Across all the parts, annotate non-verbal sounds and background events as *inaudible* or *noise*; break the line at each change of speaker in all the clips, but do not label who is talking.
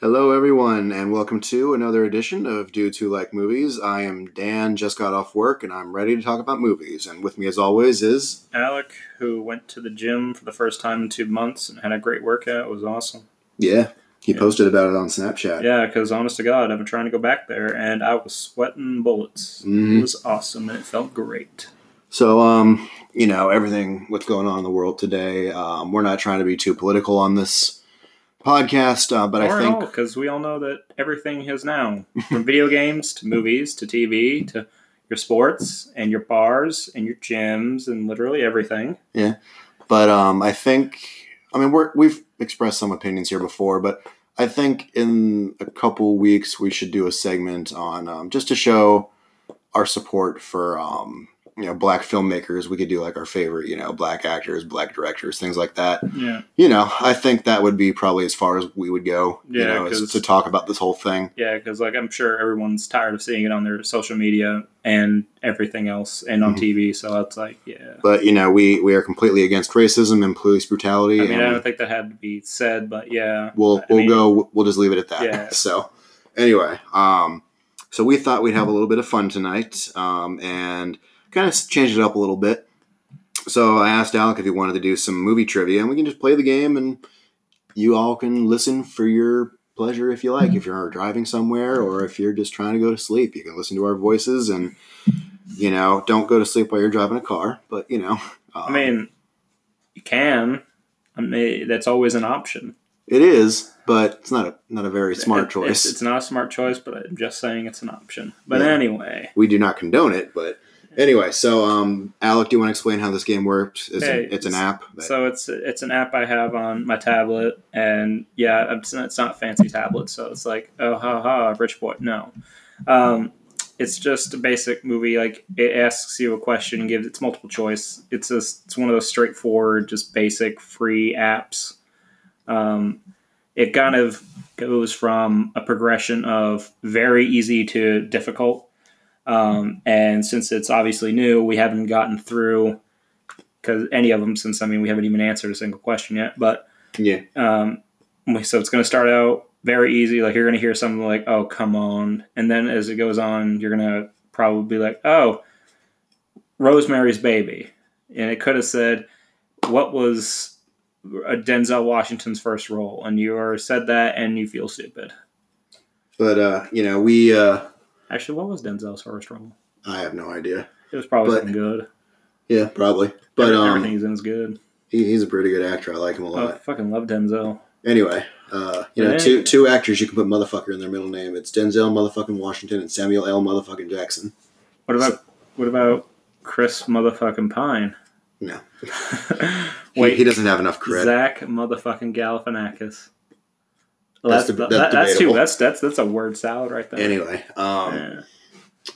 Hello, everyone, and welcome to another edition of Dudes Who Like Movies. I am Dan, just got off work, and I'm ready to talk about movies. And with me, as always, is
Alec, who went to the gym for the first time in two months and had a great workout, it was awesome.
yeah, he
Yeah.
posted about it on Snapchat.
Yeah, because honest to God, I've been trying to go back there and I was sweating bullets.
Mhm.
It was awesome and it felt great.
So, um, you know, everything what's going on in the world today. Um, we're not trying to be too political on this podcast, uh, but
Or
I think
because we all know that everything is now from video *laughs* games to movies to TV to your sports and your bars and your gyms and literally everything.
But um, I think, I mean, we're, we've expressed some opinions here before, but I think in a couple weeks we should do a segment on um, just to show our support for um, you know black filmmakers. We could do like our favorite, you know, black actors, black directors, things like that.
Yeah.
You know, I think that would be probably as far as we would go. you
Yeah,
know, is
'cause-
to talk about this whole thing.
Yeah, because like I'm sure everyone's tired of seeing it on their social media and everything else, and on
Mhm.
TV. So it's like, yeah.
But you know, we we are completely against racism and police brutality.
I mean, I
and
don't think that had to be said, but yeah,
we'll
I
we'll
mean-
go we'll just leave it at that
Yeah.
*laughs* so anyway um so we thought we'd have a little bit of fun tonight um and kind of change it up a little bit so i asked alec if he wanted to do some movie trivia and we can just play the game and you all can listen for your pleasure if you like if you're driving somewhere or if you're just trying to go to sleep you can listen to our voices and you know don't go to sleep while you're driving a car but you know um,
I mean, you can. I mean, that's always an option.
it is but it's not a not a very smart
It-
choice
It's, it's not a smart choice, but I'm just saying it's an option. But
Yeah.
anyway,
we do not condone it, but anyway. So, um, Alec, do you want to explain how this game works? It's,
Hey,
an, it's an
s-
app. that-
so it's it's an app I have on my tablet, and yeah, it's not, it's not a fancy tablet, so it's like oh ha ha, rich boy. No, um, it's just a basic movie. Like it asks you a question, gives it's multiple choice. It's just it's one of those straightforward, just basic free apps. Um, it kind of goes from a progression of very easy to difficult. Um, and since it's obviously new, we haven't gotten through because any of them since I mean we haven't even answered a single question yet. But
yeah,
um, so it's going to start out very easy. Like you're going to hear something like "Oh, come on," and then as it goes on, you're going to probably be like "Oh, Rosemary's Baby," and it could have said "What was uh, Denzel Washington's first role?" And you are said that, and you feel stupid.
but uh, you know, we uh,
Actually, what was Denzel's first role?
I have no idea.
It was probably
But-
something good.
Yeah, probably. But um,
everything he's in is good.
he, he's a pretty good actor. I like him a
Oh, I
lot.
fucking love Denzel.
Anyway, uh, you know,
Hey.
two two actors you can put motherfucker in their middle name. It's Denzel motherfucking Washington and Samuel L motherfucking Jackson.
What about what about Chris motherfucking Pine? *laughs*
No. Wait,
Wait,
he, doesn't have enough credit.
Zach motherfucking Galifianakis. Well,
That's
that's,
deb-
that-
that's
that's too.
debatable.
That's that's that's a word salad right there.
Anyway, um,
Yeah.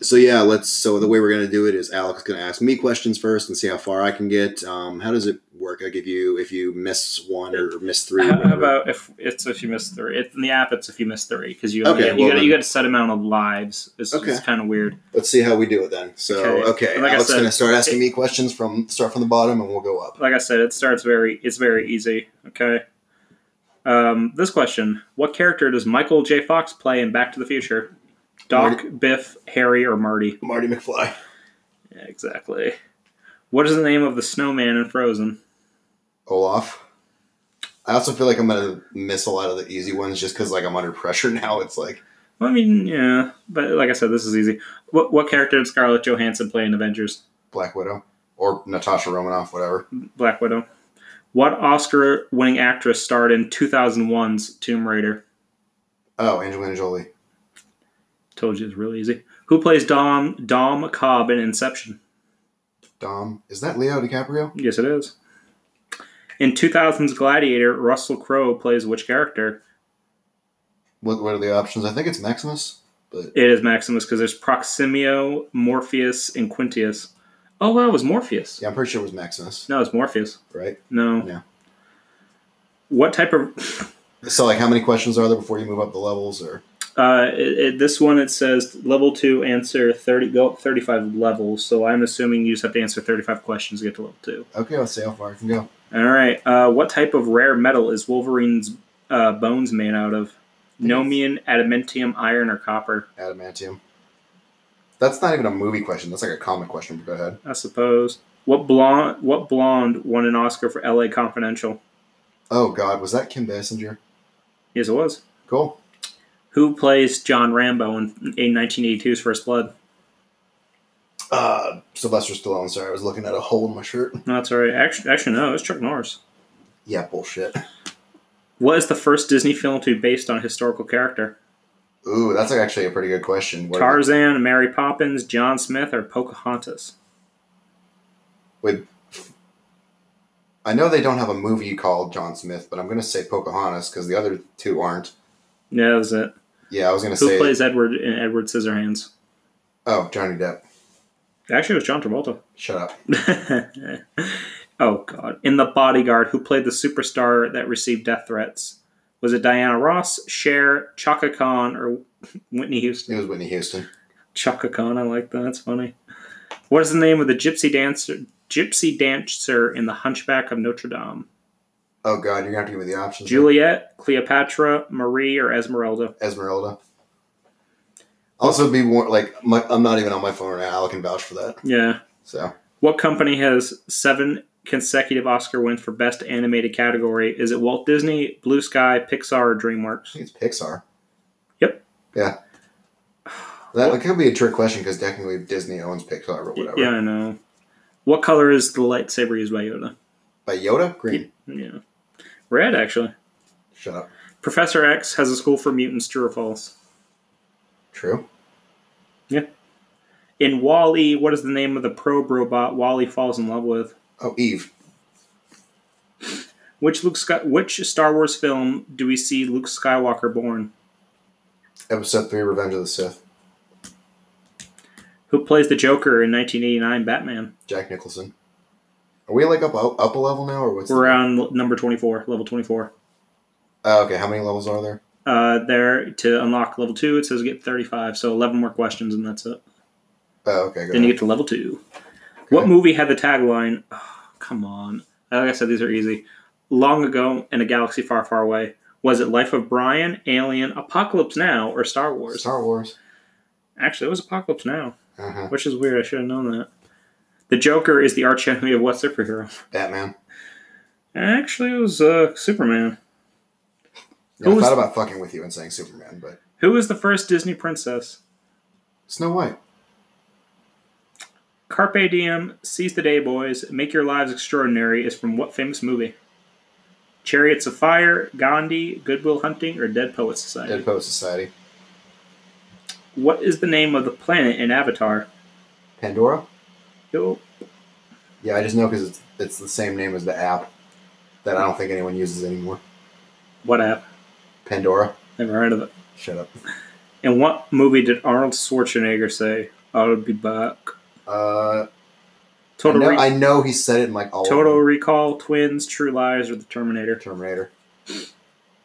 So yeah, let's. So the way we're gonna do it is Alex is gonna ask me questions first and see how far I can get. Um, how does it work? I give you if you miss one or miss three.
How, how
whatever.
about if it's if you miss three? It, in the app, it's if you miss three because you only
Okay,
get,
well
you, got,
then-
you got a set amount of lives. It's,
Okay.
it's kind of weird.
let's see how we do it then. So
Okay.
okay,
Like I
Alex's
said,
gonna start asking me questions from start from the bottom and we'll go up.
Like I said, it starts very. It's very easy. Okay. Um, this question: What character does Michael J. Fox play in Back to the Future? Doc, Biff, Harry, or Marty?
Marty McFly,
Yeah, exactly. What is the name of the snowman in Frozen?
Olaf. I also feel like I'm gonna miss a lot of the easy ones just because like I'm under pressure *laughs* now. It's like
Well, I mean, yeah, but like I said, this is easy. What what character did Scarlett Johansson play in Avengers?
Black Widow or Natasha Romanoff, whatever.
Black Widow. What Oscar-winning actress starred in 2001's Tomb Raider?
Oh, Angelina Jolie.
Told you it's really easy. Who plays Dom Dom Cobb in Inception?
Dom, is that Leo DiCaprio?
Yes, it is. In 2000's Gladiator, Russell Crowe plays which character?
What, what are the options? I think it's Maximus, but
It is Maximus because there's Proximio, Morpheus, and Quintius. Oh, well, it was Morpheus.
yeah, I'm pretty sure it was Maximus,
No, it's Morpheus.
right?
No.
No.
What type of?
So, like, how many questions are there before you move up the levels? Or
Uh, it, it, this one it says level two answer thirty go up thirty five levels. So I'm assuming you just have to answer thirty five questions to get to level two.
okay, let's see how far I can go.
All right. Uh, what type of rare metal is Wolverine's uh, bones made out of? Nomian, adamantium, iron, or copper?
Adamantium. That's not even a movie question. That's like a comic question. But go ahead.
I suppose. What blonde? What blonde won an Oscar for L.A. Confidential?
Oh God, was that Kim Basinger?
Yes, it was.
Cool.
Who plays John Rambo in, in 1982's First Blood?
Uh, Sylvester Stallone. Sorry, I was looking at a hole in my shirt.
No, that's all right. Actually, actually, no, it's Chuck Norris.
Yeah, bullshit.
What is the first Disney film to be based on a historical character?
Ooh, that's actually a pretty good question. What are the-
Tarzan, Mary Poppins, John Smith, or Pocahontas?
with I know they don't have a movie called John Smith, but I'm gonna say Pocahontas because the other two aren't.
Yeah, that was it.
Yeah, I was gonna
Who
say
plays Edward in Edward Scissorhands?
oh Johnny Depp.
Actually, it was John Travolta.
Shut up.
*laughs* oh God! In the Bodyguard, who played the superstar that received death threats? Was it Diana Ross, Cher, Chaka Khan, or Whitney Houston?
It was Whitney Houston.
Chaka Khan, I like that. That's funny. What is the name of the gypsy dancer? Gypsy dancer in the Hunchback of Notre Dame.
Oh God, you're gonna have to give me the options.
Juliet, Cleopatra, Marie, or Esmeralda.
Esmeralda. Also, be more like my, I'm not even on my phone right now. I can vouch for that.
Yeah.
So
What company has seven consecutive Oscar wins for Best Animated category? Is it Walt Disney, Blue Sky, Pixar, or
I
DreamWorks?
think it's Pixar.
Yep.
Yeah. That, that could be a trick question because technically Disney owns Pixar or whatever.
Yeah, I know. What color is the lightsaber used by Yoda?
By Yoda, green.
Yeah. Red, actually.
Shut up.
Professor X has a school for mutants, true or false?
True.
In Wally, what is the name of the probe robot Wally falls in love with?
Oh, Eve.
Which Luke Sky- which Star Wars film do we see Luke Skywalker born?
Episode three, Revenge of the Sith.
Who plays the Joker in 1989 Batman?
Jack Nicholson. Are we like up up a level now, or what's?
We're on l- number 24, level 24.
Oh, okay, how many levels are there?
Uh, there to unlock level two, it says get 35, so 11 more questions and that's it.
Oh, okay, good.
Then you get to level two. What
Okay.
movie had the tagline? Oh, come on, like I said, these are easy. Long ago in a galaxy far, far away. Was it Life of Brian, Alien, Apocalypse Now, or Star Wars?
Star Wars.
Actually, it was Apocalypse Now,
Uh-huh.
which is weird. I should have known that. The Joker is the arch enemy of what superhero?
Batman.
Actually, it was uh, Superman.
Yeah,
Who
I
was-
thought about fucking with you and saying Superman, but
Who was the first Disney princess?
Snow White.
Carpe Diem, Seize the Day, Boys, Make Your Lives Extraordinary is from what famous movie? Chariots of Fire, Gandhi, Goodwill Hunting, or Dead Poets Society?
Dead Poet Society.
What is the name of the planet in Avatar?
Pandora.
Yo,
Yeah, I just know because it's it's the same name as the app that I don't think anyone uses anymore.
what app?
Pandora.
Never heard of it.
Shut up.
In what movie did Arnold Schwarzenegger say, I'll be back?
Uh,
Total,
I, know,
Re-
I know he said it in like all of
Total
them.
Recall, Twins, True Lies, or The Terminator?
Terminator.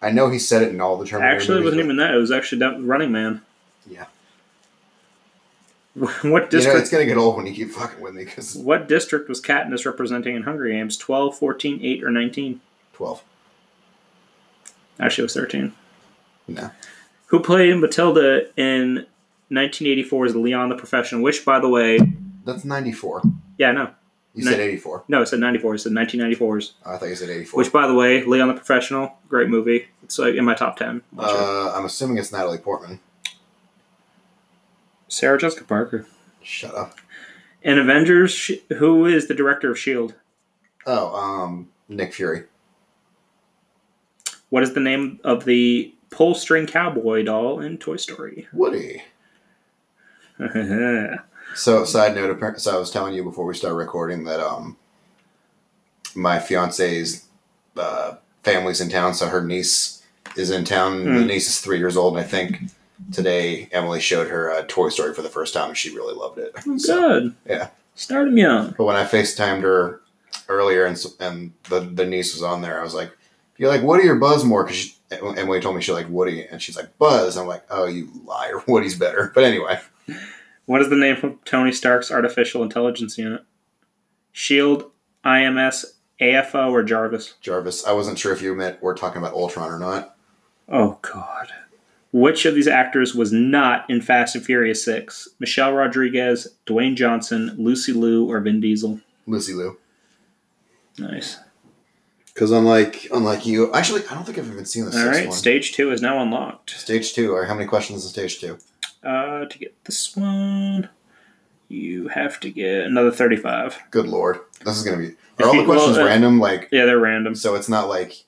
I know he said it in all the Terminator.
Actually, it
movies,
wasn't
but-
even that. It was actually that Running Man.
Yeah.
*laughs* what
You know,
district?
it's gonna get old when you keep fucking with me because
What district was Katniss representing in Hunger Games? 12, 14, 8, or 19?
twelve.
Actually, it was 13.
No.
Who played Matilda in 1984's Leon the Professional? Which, by the way,
That's 94.
yeah, no.
You
Nin-
said 84.
No, it said 94. It said 1994's.
Oh, I thought you said 84.
Which, by the way, Leon the Professional, great movie. It's like in my top 10. Watch it.
uh, I'm assuming it's Natalie Portman.
Sarah Jessica Parker.
Shut up.
In Avengers, sh- who is the director of S.H.I.E.L.D.?
Oh, um, Nick Fury.
What is the name of the pull string cowboy doll in Toy Story? *laughs*
Woody. So, side note, appar- so I was telling you before we start recording that um, my fiance's uh, family's in town, so her niece is in town. The
Mm.
niece is three years old, and I think today Emily showed her uh, Toy Story for the first time, and she really loved it. So,
Good.
yeah.
Start him young.
But when I FaceTimed her earlier and s- and the, the niece was on there, I was like, "You're like Woody or Buzz more?" Because Emily told me she liked Woody, and she's like Buzz. I'm like, "Oh, you liar! *laughs* Woody's better." But anyway,
What is the name of Tony Stark's artificial intelligence unit? Shield, IMS, AFO, or Jarvis?
Jarvis, I wasn't sure if you meant we're talking about Ultron or not.
Oh God. Which of these actors was not in Fast and Furious 6? Michelle Rodriguez, Dwayne Johnson, Lucy Liu, or Vin Diesel?
Lucy Lou.
Nice.
Because unlike unlike you, actually, I don't think I've even seen the
All
sixth
right,
one.
stage two is now unlocked.
stage two, or how many questions in stage two?
Uh, to get this one, you have to get another 35.
Good lord, this is gonna be.
If
Are all
you-
the questions
well, uh,
random? Like,
Yeah, they're random.
so it's not like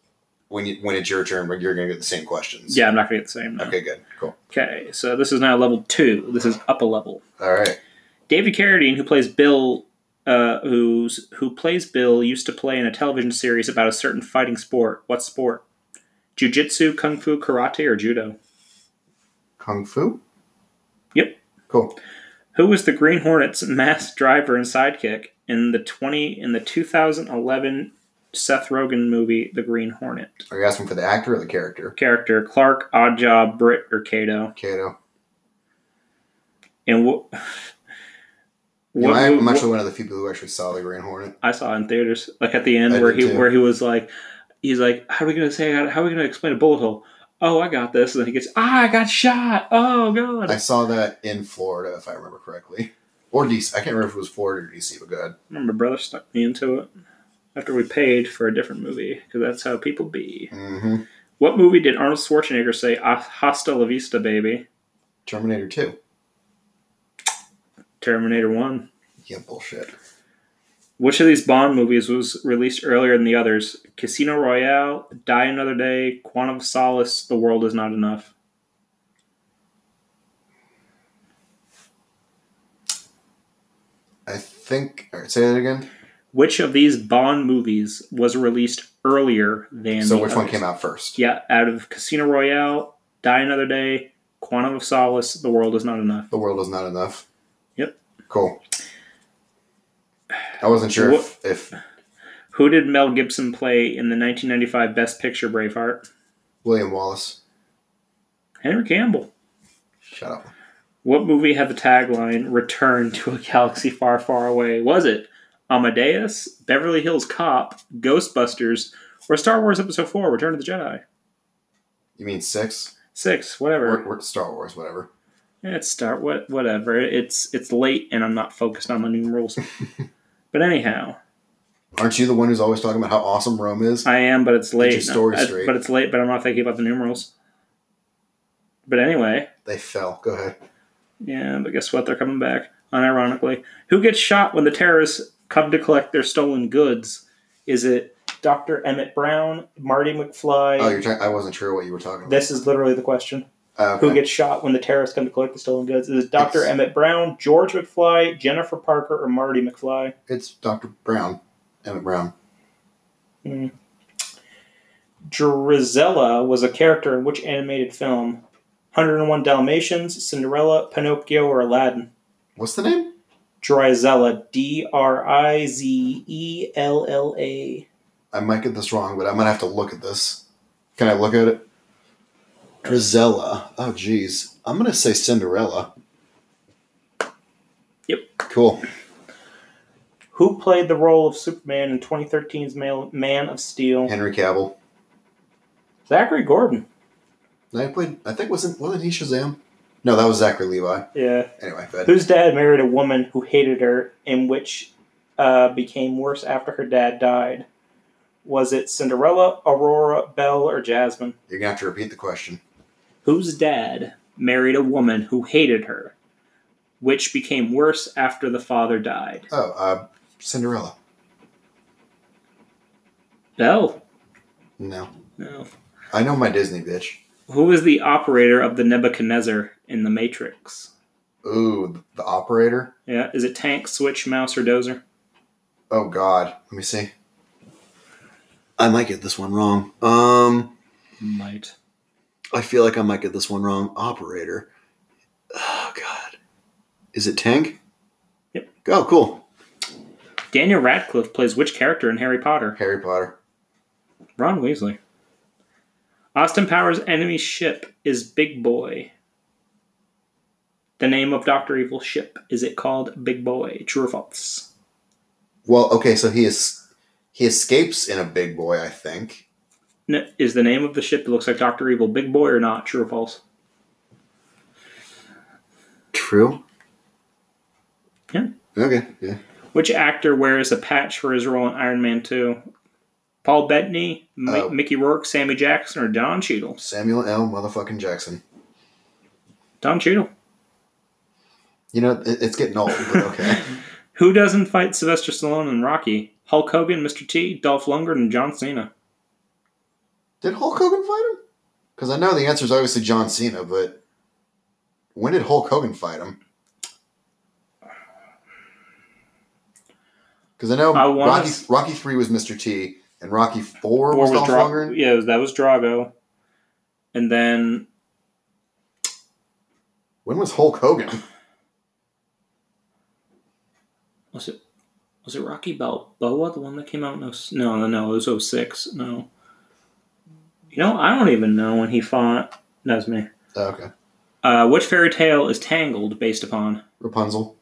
when you when it's your turn, like you're gonna get the same questions.
Yeah, I'm not going to get the same. no.
Okay, good, cool.
Okay, so this is now level two. This is up a level.
All right.
David Carradine, who plays Bill, uh, who's who plays Bill, used to play in a television series about a certain fighting sport. What sport? Jiu-jitsu, kung fu, karate, or judo?
Kung Fu?
Yep.
Cool.
Who was the Green Hornets' *laughs* masked driver and sidekick in the twenty in the 2011 Seth Rogen movie The Green Hornet?
Are you asking for the actor or the character?
Character Clark, Oddjob, Britt, or Kato?
Kato.
And *laughs* what?
You know,
what-
I'm
what-
actually one of the few people who actually saw the Green Hornet.
I saw in theaters, like at the end
I
where
did
he
too.
where he was like, he's like, how are we gonna say how are we gonna explain a bullet hole? Oh, I got this, and then he gets, ah, I got shot. Oh god.
I saw that in Florida, if I remember correctly, or DC. I can't remember if it was Florida or DC, but go ahead.
remember, brother stuck me into it after we paid for a different movie because that's how people be.
Mm-hmm.
What movie did Arnold Schwarzenegger say "Ah, "Hasta la vista, baby"?
Terminator Two.
Terminator One.
Yeah, bullshit.
Which of these Bond movies was released earlier than the others? Casino Royale, Die Another Day, Quantum of Solace, The World Is Not Enough.
I think. All right, say that again.
Which of these Bond movies was released earlier than?
so
the
which one
others?
came out first?
Yeah, out of Casino Royale, Die Another Day, Quantum of Solace, The World Is Not Enough.
The world is not enough.
Yep.
Cool. I wasn't sure if, if
Who did Mel Gibson play in the 1995 Best Picture Braveheart?
William Wallace.
Henry Campbell.
Shut up.
What movie had the tagline "Return to a galaxy far, far away"? Was it Amadeus, Beverly Hills Cop, Ghostbusters, or Star Wars Episode Four: Return of the Jedi?
You mean six?
Six, whatever.
Or, or Star Wars, whatever.
It's start what whatever. It's it's late and I'm not focused on
*laughs*
the numerals. but anyhow,
Aren't you the one who's always talking about how awesome Rome is?
I am, but it's late.
your story
I-
straight.
But it's late. But I'm not thinking about the numerals. But anyway,
They fell. Go ahead.
yeah. But guess what? They're coming back. Unironically, who gets shot when the terrorists come to collect their stolen goods? Is it Dr. Emmett Brown, Marty McFly?
Oh, you're talking. I wasn't sure what you were talking about.
this is literally the question.
Uh, okay.
Who gets shot when the terrorists come to collect the stolen goods? Is it Dr.
It's-
Emmett Brown, George McFly, Jennifer Parker, or Marty McFly?
It's Dr. Brown. Emmett Brown.
Drizella was a character in which animated film? 101 Dalmatians, Cinderella, Pinocchio, or Aladdin?
What's the name?
Drizella, D R I Z E L L A.
I might get this wrong, but I'm gonna have to look at this. Can I look at it? Drizella. Oh, geez. I'm gonna say Cinderella.
Yep.
Cool.
Who played the role of Superman in 2013's Ma- Man of Steel?
Henry Cavill.
Zachary Gordon.
I played. I think wasn't wasn't he Shazam? No, that was Zachary Levi.
Yeah.
Anyway, but
Whose dad married a woman who hated her and which uh, became worse after her dad died? Was it Cinderella, Aurora, Belle, or Jasmine?
you're gonna have to repeat the question.
whose dad married a woman who hated her, which became worse after the father died.
Oh, uh, Cinderella.
Belle.
No,
No.
I know my Disney bitch.
Who was the operator of the Nebuchadnezzar in The Matrix?
Ooh, the operator.
Yeah, is it Tank, Switch, Mouse, or Dozer?
Oh God, let me see. I might get this one wrong. Um.
Might.
I feel like I might get this one wrong. Operator. Oh God. Is it Tank?
Yep.
Oh, cool.
Daniel Radcliffe plays which character in Harry Potter?
Harry Potter.
Ron Weasley. Austin Powers' enemy ship is Big Boy. The name of Doctor Evil's ship is it called Big Boy? True or false?
Well, okay, so he is he escapes in a big boy, I think.
N- is the name of the ship that looks like Doctor Evil Big Boy or not? True or false?
true?
Yeah.
Okay. Yeah.
Which actor wears a patch for his role in Iron Man 2? Paul Bettany, M-
Oh.
Mickey Rourke, Sammy Jackson, or Don Cheadle?
Samuel L. Motherfucking Jackson.
Don Cheadle.
You know, it, it's getting old, but okay.
*laughs* Who doesn't fight Sylvester Stallone in Rocky? Hulk Hogan, Mr. T, Dolph Lundgren, and John Cena.
did Hulk Hogan fight him? Because I know the answer is obviously John Cena, but when did Hulk Hogan fight him? Because I know
I wanna
Rocky,
s-
Rocky three was Mr. T, and Rocky four
War
was,
was
Dolph
Dra-
Lundgren.
Yeah, that was Drago. And then
When was Hulk Hogan?
was it was it Rocky Balboa, the one that came out in 06 no no no it was 06. No. You know, I don't even know when he fought that's me.
*laughs* Oh, okay,
Uh, which fairy tale is Tangled based upon?
Rapunzel.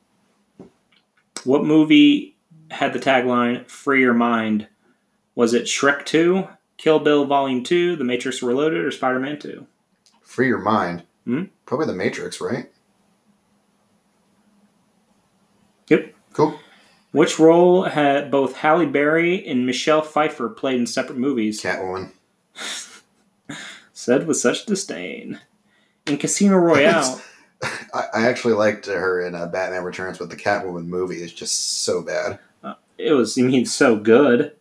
What movie had the tagline "Free Your Mind"? Was it Shrek Two, Kill Bill Volume Two, The Matrix Reloaded, or Spider Man Two?
Free your mind.
Hmm?
Probably The Matrix, right?
Yep.
Cool.
Which role had both Halle Berry and Michelle Pfeiffer played in separate movies?
Catwoman. *laughs*
Said with such disdain. In Casino Royale,
I, I actually liked her in uh, Batman Returns, but the Catwoman movie is just so bad.
it was I mean so good.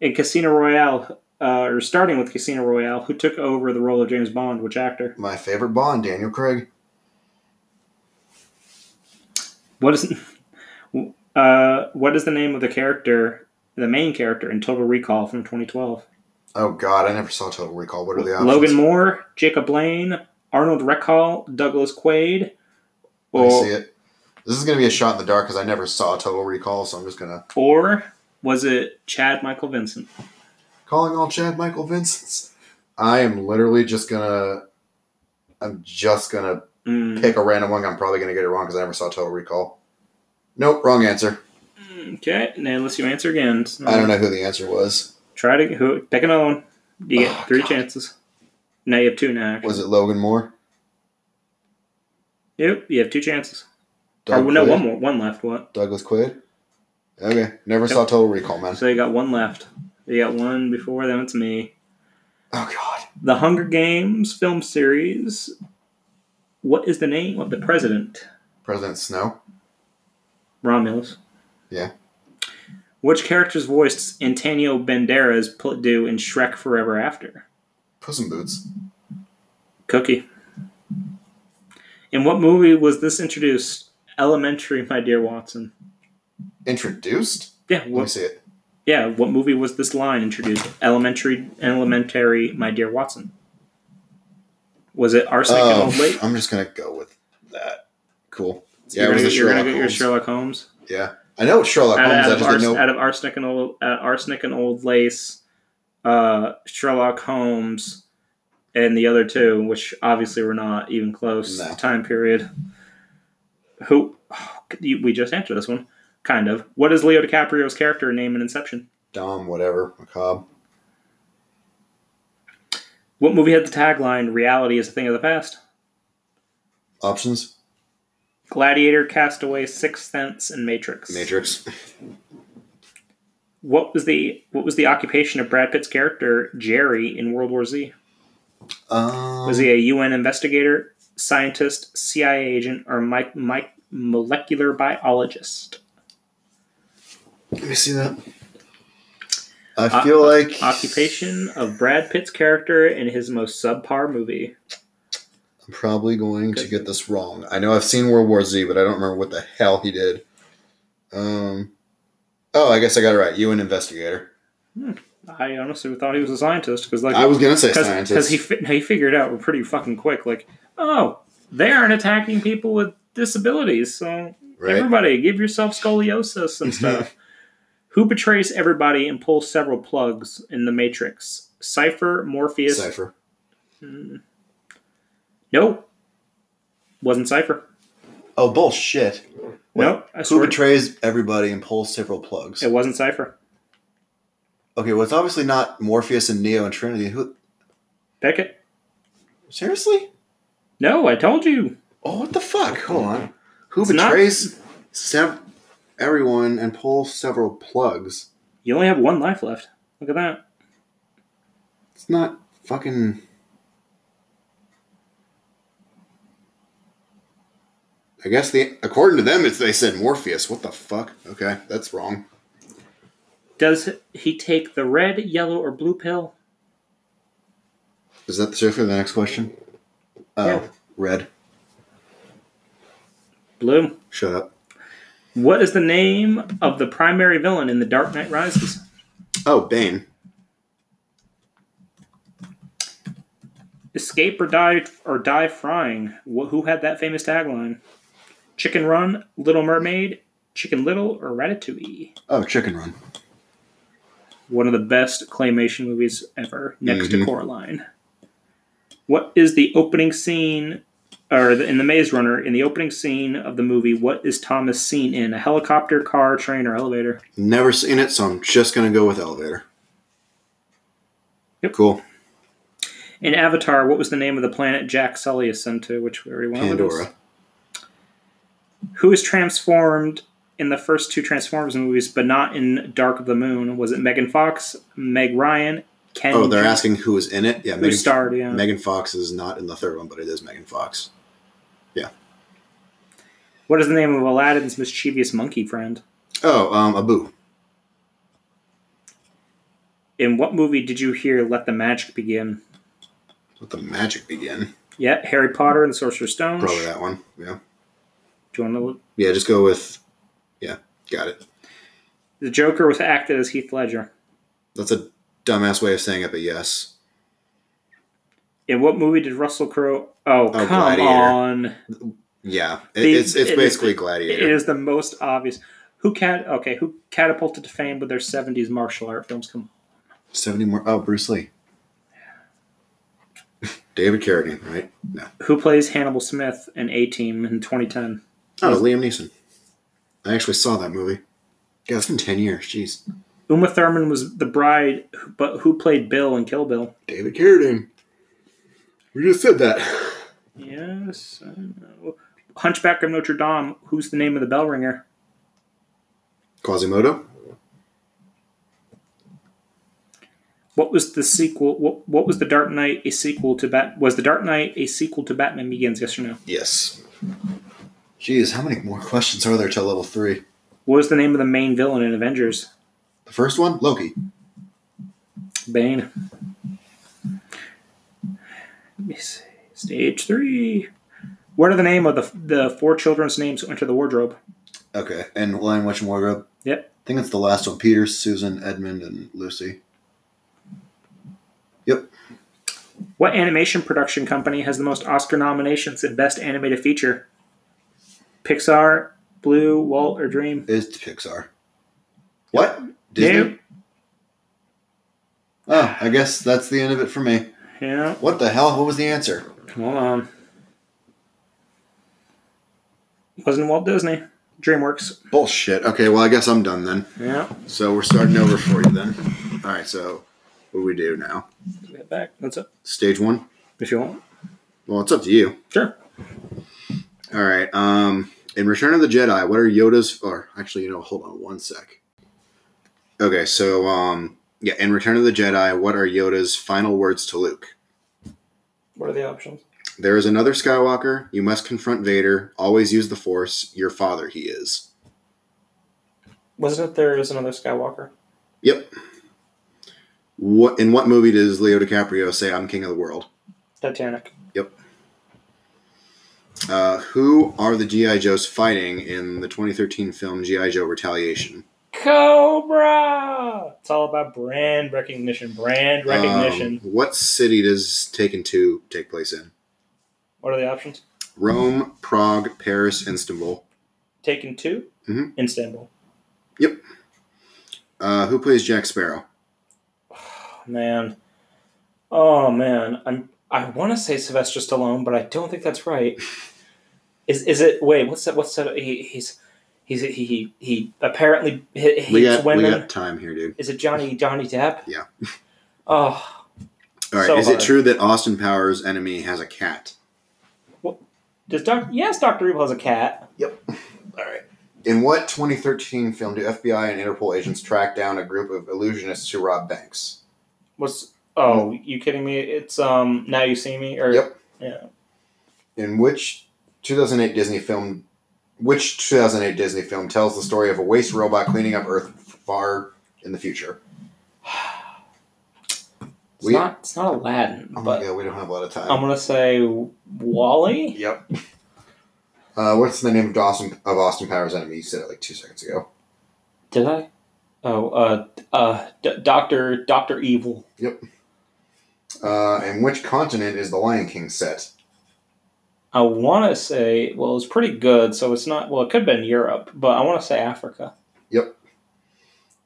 In Casino Royale, uh, or starting with Casino Royale, who took over the role of James Bond? Which actor?
My favorite Bond, Daniel Craig.
What is *laughs* uh, what is the name of the character, the main character in Total Recall from 2012?
Oh God, I never saw Total Recall. What are the options?
Logan Moore, Jacob Blaine, Arnold Recall, Douglas Quaid,
Let me see
or,
it. This is gonna be a shot in the dark because I never saw Total Recall, so I'm just gonna
or was it Chad Michael Vincent?
calling all Chad Michael Vincent's. I am literally just gonna. I'm just gonna
Mm,
pick a random one. I'm probably gonna get it wrong because I never saw Total Recall. Nope, wrong answer.
okay, now unless you answer again,
I don't know who the answer was.
Try to who, pick another one. You get
Oh,
three
God.
chances. Now you have two now. Actually.
Was it Logan Moore?
Yep, you have two chances.
Doug
or no,
Quaid?
one more, one left. What?
Douglas Quaid. Okay, never saw Total Recall, man.
So you got one left. You got one before. Then it's me.
Oh God,
The Hunger Games film series. What is the name of the president?
President Snow.
Romulus.
Yeah.
Which character's voice does Antonio Banderas pl- do in Shrek Forever After?
Puss in Boots.
Cookie. In what movie was this introduced? Elementary, my dear Watson.
Introduced.
Yeah,
Let me
what,
see it.
yeah. What movie was this line introduced? Elementary, elementary, my dear Watson. Was it Arsenic and Old
Oh,
Lake?
I'm just gonna go with that. Cool. Yeah,
You're
it was
gonna,
a
get- you're gonna
Sherlock
get your
Holmes.
Sherlock Holmes.
Yeah, I know it's Sherlock
out,
Holmes.
out
I
of
just didn't
ars-
know.
out of arsenic and old uh, arsenic and old lace, uh, Sherlock Holmes, and the other two, which obviously were not even close
No.
time period. Who you- we just answered this one, kind of. What is Leo DiCaprio's character name in Inception?
Dom, whatever, macabre.
What movie had the tagline "Reality is a thing of the past"?
Options:
Gladiator, Castaway, Sixth Sense, and Matrix.
Matrix,
What was the what was the occupation of Brad Pitt's character Jerry in World War Z?
um,
Was he a UN investigator, scientist, CIA agent, or mi- mi- molecular biologist?
Let me see that.
Uh,
I feel like
Occupation of Brad Pitt's character in his most subpar movie.
I'm probably going to get this wrong. I know I've seen World War Z, but I don't remember what the hell he did. Um. Oh, I guess I got it right. You an investigator?
I honestly thought he was a scientist because,
I
like,
was gonna say scientist.
because he fi- he figured out pretty fucking quick. Like, oh, they aren't attacking people with disabilities, so
right.
everybody give yourself
*laughs*
scoliosis and stuff. Who betrays everybody and pulls several plugs in the Matrix? Cipher, Morpheus,
Cipher.
Hmm. Nope. Wasn't Cypher.
Oh bullshit. What?
Nope. I
Who
swear
betrays everybody and pulls several plugs?
it wasn't Cypher.
Okay, well it's obviously not Morpheus and Neo and Trinity. Who?
Pick it.
Seriously?
No, I told you.
Oh, what the fuck? Hold on. Who
It's not-
betrays sev- everyone and pulls several plugs?
You only have one life left. Look at that.
It's not fucking. I guess the according to them, it's they said Morpheus. What the fuck? Okay, that's wrong.
Does he take the red, yellow, or blue pill?
Is that the seriously the next question? Oh,
Yeah.
red.
Blue.
Shut up.
What is the name of the primary villain in The Dark Knight Rises?
Oh, Bane.
Escape or die or die frying. Wh- Who had that famous tagline? Chicken Run, Little Mermaid, Chicken Little, or Ratatouille?
Oh, Chicken Run.
One of the best claymation movies ever, next
Mhm.
to Coraline. What is the opening scene, or the, in the Maze Runner? In the opening scene of the movie, what is Thomas seen in? A helicopter, car, train, or elevator?
Never seen it, so I'm just gonna go with elevator.
Yep.
Cool.
In Avatar, what was the name of the planet Jack Sully is sent to? Which very one of those?
Pandora.
who is transformed in the first two Transformers movies, but not in Dark of the Moon? Was it Megan Fox, Meg Ryan, Ken?
Oh, they're asking who was in it. Yeah,
who
Megan,
starred. Yeah.
Megan Fox is not in the third one, but it is Megan Fox.
what is the name of Aladdin's mischievous monkey friend?
Oh, um, Abu.
In what movie did you hear "Let the Magic Begin"?
Let the magic begin.
Yeah, Harry Potter and the Sorcerer's Stone.
Probably that one. Yeah.
Do you want to? Look?
Yeah, just go with. Yeah, got it.
The Joker was acted as Heath Ledger.
That's a dumbass way of saying it, but yes.
In what movie did Russell Crowe? Oh, come
Gladiator.
on!
Yeah, it,
The-
it's it's
it is-
basically
It
Gladiator.
is the most obvious. Who cat? Okay, who catapulted to fame with their '70s martial art films? Come on.
Seventy more. Oh, Bruce Lee. *laughs* David Carradine, right? No.
Who plays Hannibal Smith in A Team in 2010?
Oh, Liam Neeson. I actually saw that movie. Yeah, it's been ten years. Jeez.
Uma Thurman was the bride, but who played Bill in Kill Bill?
David Carradine. We just said that.
Yes, I know. Hunchback of Notre Dame. Who's the name of the bell ringer?
Quasimodo.
What was the sequel? What, what was the Dark Knight a sequel to Bat? Was the Dark Knight a sequel to Batman Begins? Yes or no?
Yes. Jeez, how many more questions are there till level three?
What was the name of the main villain in Avengers?
The first one, Loki.
Bane. Let me see. Stage three. What are the name of the the four children's names who enter the wardrobe?
Okay, and Lion Witch and Wardrobe.
Yep.
I think it's the last one. Peter, Susan, Edmund, and Lucy. Yep.
What animation production company has the most Oscar nominations in Best Animated Feature? Pixar, Blue, Walt, or Dream?
It's Pixar. What? Disney? Oh, I guess that's the end of it for me.
Yeah. yeah.
What the hell? What was the answer?
Hold on. Wasn't Walt Disney. DreamWorks.
Bullshit. Okay, well, I guess I'm done then.
Yeah.
So we're starting over for you then. All right, so what do we do now?
Get back. That's it.
Stage one?
If you want.
Well, it's up to you.
Sure.
All right. Um, in Return of the Jedi, what are Yoda's? Or actually, you know, hold on one sec. Okay, so um, yeah, in Return of the Jedi, what are Yoda's final words to Luke?
What are the options?
There is another Skywalker. You must confront Vader. Always use the Force. Your father, he is.
Wasn't it there is another Skywalker?
Yep. What in what movie does Leo DiCaprio say, "I'm king of the world"?
Titanic.
Uh, who are the GI Joes fighting in the 2013 film GI Joe Retaliation?
Cobra! It's all about brand recognition. Brand recognition.
Um, what city does Taken Two take place in?
what are the options?
Rome, Prague, Paris, Istanbul.
Taken 2
Mhm.
Istanbul.
Uh, who plays Jack Sparrow?
man. Oh man, I'm I want to say Sylvester Stallone, but I don't think that's right. Is is it? Wait, what's that? What's that? He, he's he's he he, he apparently h- hates
We got we
women.
got time here, dude.
Is it Johnny Johnny Depp?
Yeah.
Oh,
All right.
So
is
hard.
it true that Austin Powers' enemy has a cat?
What? Does Doc? Yes, Doctor Evil has a cat.
All right. In what 2013 film do FBI and Interpol agents track down a group of illusionists who rob banks?
What's? Oh, you kidding me? It's um. Now you see me or
Mm. Yep.
Yeah.
In which 2008 Disney film? Which 2008 Disney film tells the story of a waste robot cleaning up Earth far in the future?
It's
We-
not. It's not Aladdin,
Oh
but
my god, we don't have a lot of time.
I'm gonna say Wally.
Um, Yep. Uh, what's the name of Austin of Austin Powers' enemy? You said it like two seconds ago.
Did I? Oh, uh, uh, D- Doctor Doctor Evil.
Uh, and which continent is the Lion King set?
I want to say. Well, it's pretty good, so it's not. Well, it could have been Europe, but I want to say Africa.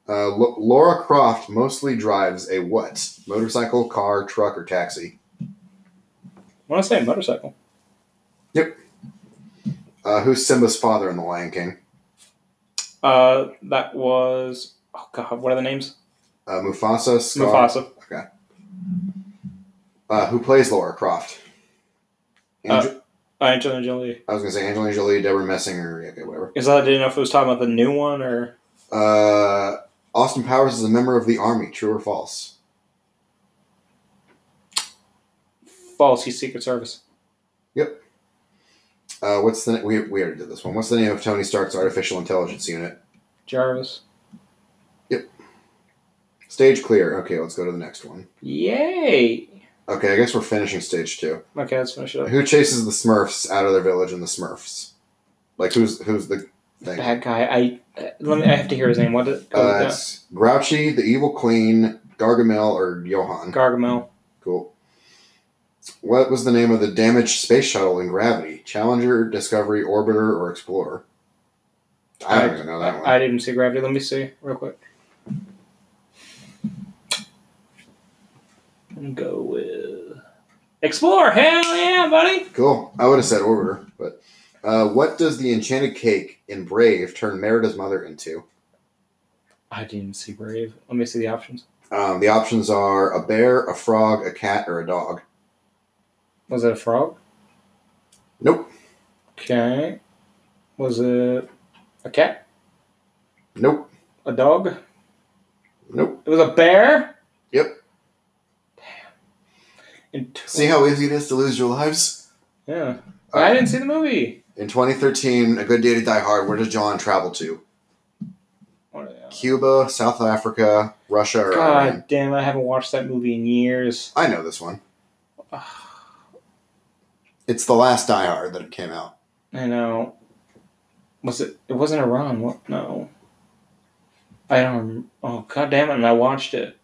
Uh, L- Laura Croft mostly drives a what? Motorcycle, car, truck, or taxi?
I want to say motorcycle.
Uh, who's Simba's father in the Lion King?
Uh, that was. Oh God, what are the names?
Uh, Mufasa, Scar.
Mufasa.
Uh, who plays Laura Croft? Ange-
Uh, Angelina Jolie.
I was gonna say Angelina Jolie, Deborah Messinger, okay, whatever.
Is that? I didn't know if it was talking about the new one or.
Uh, Austin Powers is a member of the army. True or false?
False. He's Secret Service.
Uh, what's the we we already did this one? What's the name of Tony Stark's artificial intelligence unit?
Jarvis.
Stage clear. Okay, let's go to the next one.
Yay.
Okay, I guess we're finishing stage two.
Okay, let's finish it up.
Who chases the Smurfs out of their village in the Smurfs? Like who's who's the thing?
Bad guy. I uh, let me. I have to hear his name. What? Did, oh,
Uh, it's Grouchy, the Evil Queen, Gargamel, or Johan.
Gargamel.
Cool. What was the name of the damaged space shuttle in Gravity? Challenger, Discovery, Orbiter, or Explorer? I don't even know Oh, that one.
I, I didn't see Gravity. Let me see real quick. I'm go with Explore. Hell yeah, buddy.
Cool. I would have said Orbiter, but uh, what does the enchanted cake in Brave turn Merida's mother into?
I didn't see Brave. Let me see the options.
Um, the options are a bear, a frog, a cat, or a dog.
Was it a frog?
Nope.
Okay. Was it a cat?
Nope.
A dog?
Nope.
It was a bear.
Yep.
Damn. In tw-
See how easy it is to lose your lives?
yeah.
All
I
right.
didn't see the movie.
In 2013, A Good Day to Die Hard, where does John travel to?
What are they on?
Cuba, South Africa, Russia, or Iran?
Oh, God damn! I haven't watched that movie in years.
I know this one. It's the last Die Hard that it came out.
I know. Was it? It wasn't Iran. What? No. I don't. rem- Oh god damn it! And I watched it.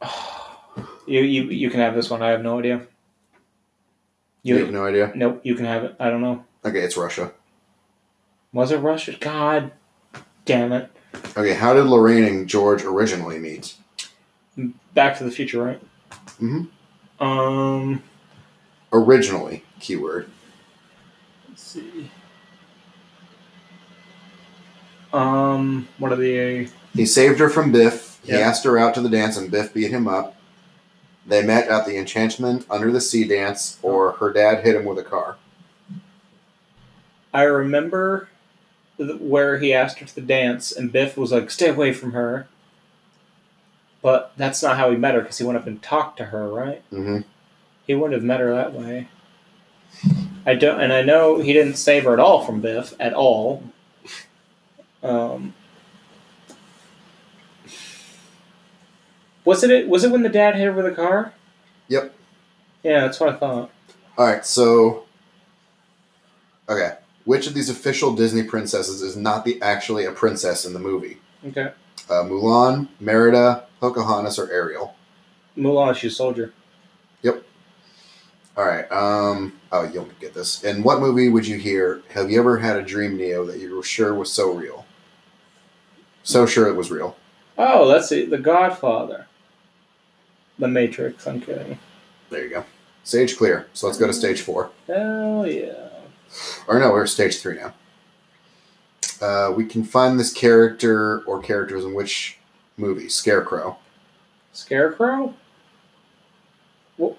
*sighs* you you you can have this one. I have no idea.
You
You
have no idea?
nope. You can have it. I don't know.
Okay, it's Russia.
Was it Russia? God damn it!
Okay, how did Lorraine and George originally meet?
Back to the Future, right?
Mhm.
Mm-hmm. Um.
Originally, keyword.
Let's see. Um. What are the?
He saved her from Biff. He
Yeah.
asked her out to the dance, and Biff beat him up. They met at the Enchantment Under the Sea dance, or her dad hit him with a car.
I remember th- where he asked her to the dance, and Biff was like, "Stay away from her." But that's not how he met her, because he went up and talked to her, right?
Mm-hmm.
He wouldn't have met her that way. I don't, and I know he didn't save her at all from Biff at all. Um, was it? Was it when the dad hit her with a car?
Yep.
Yeah, that's what I thought.
All right, so. Okay. Which of these official Disney princesses is not the actually a princess in the movie?
Okay,
Uh, Mulan, Merida, Pocahontas, or Ariel?
Mulan, she's a soldier.
All right. Um. Oh, you'll get this. In what movie would you hear? Have you ever had a dream, Neo, that you were sure was so real? So sure it was real.
Oh, let's see. The Godfather. The Matrix, I'm kidding.
There you go. Stage clear. So let's go to stage four.
Hell yeah.
Or no, we're at stage three now. Uh, we can find this character or characters in which movie? Scarecrow.
Scarecrow? Wh-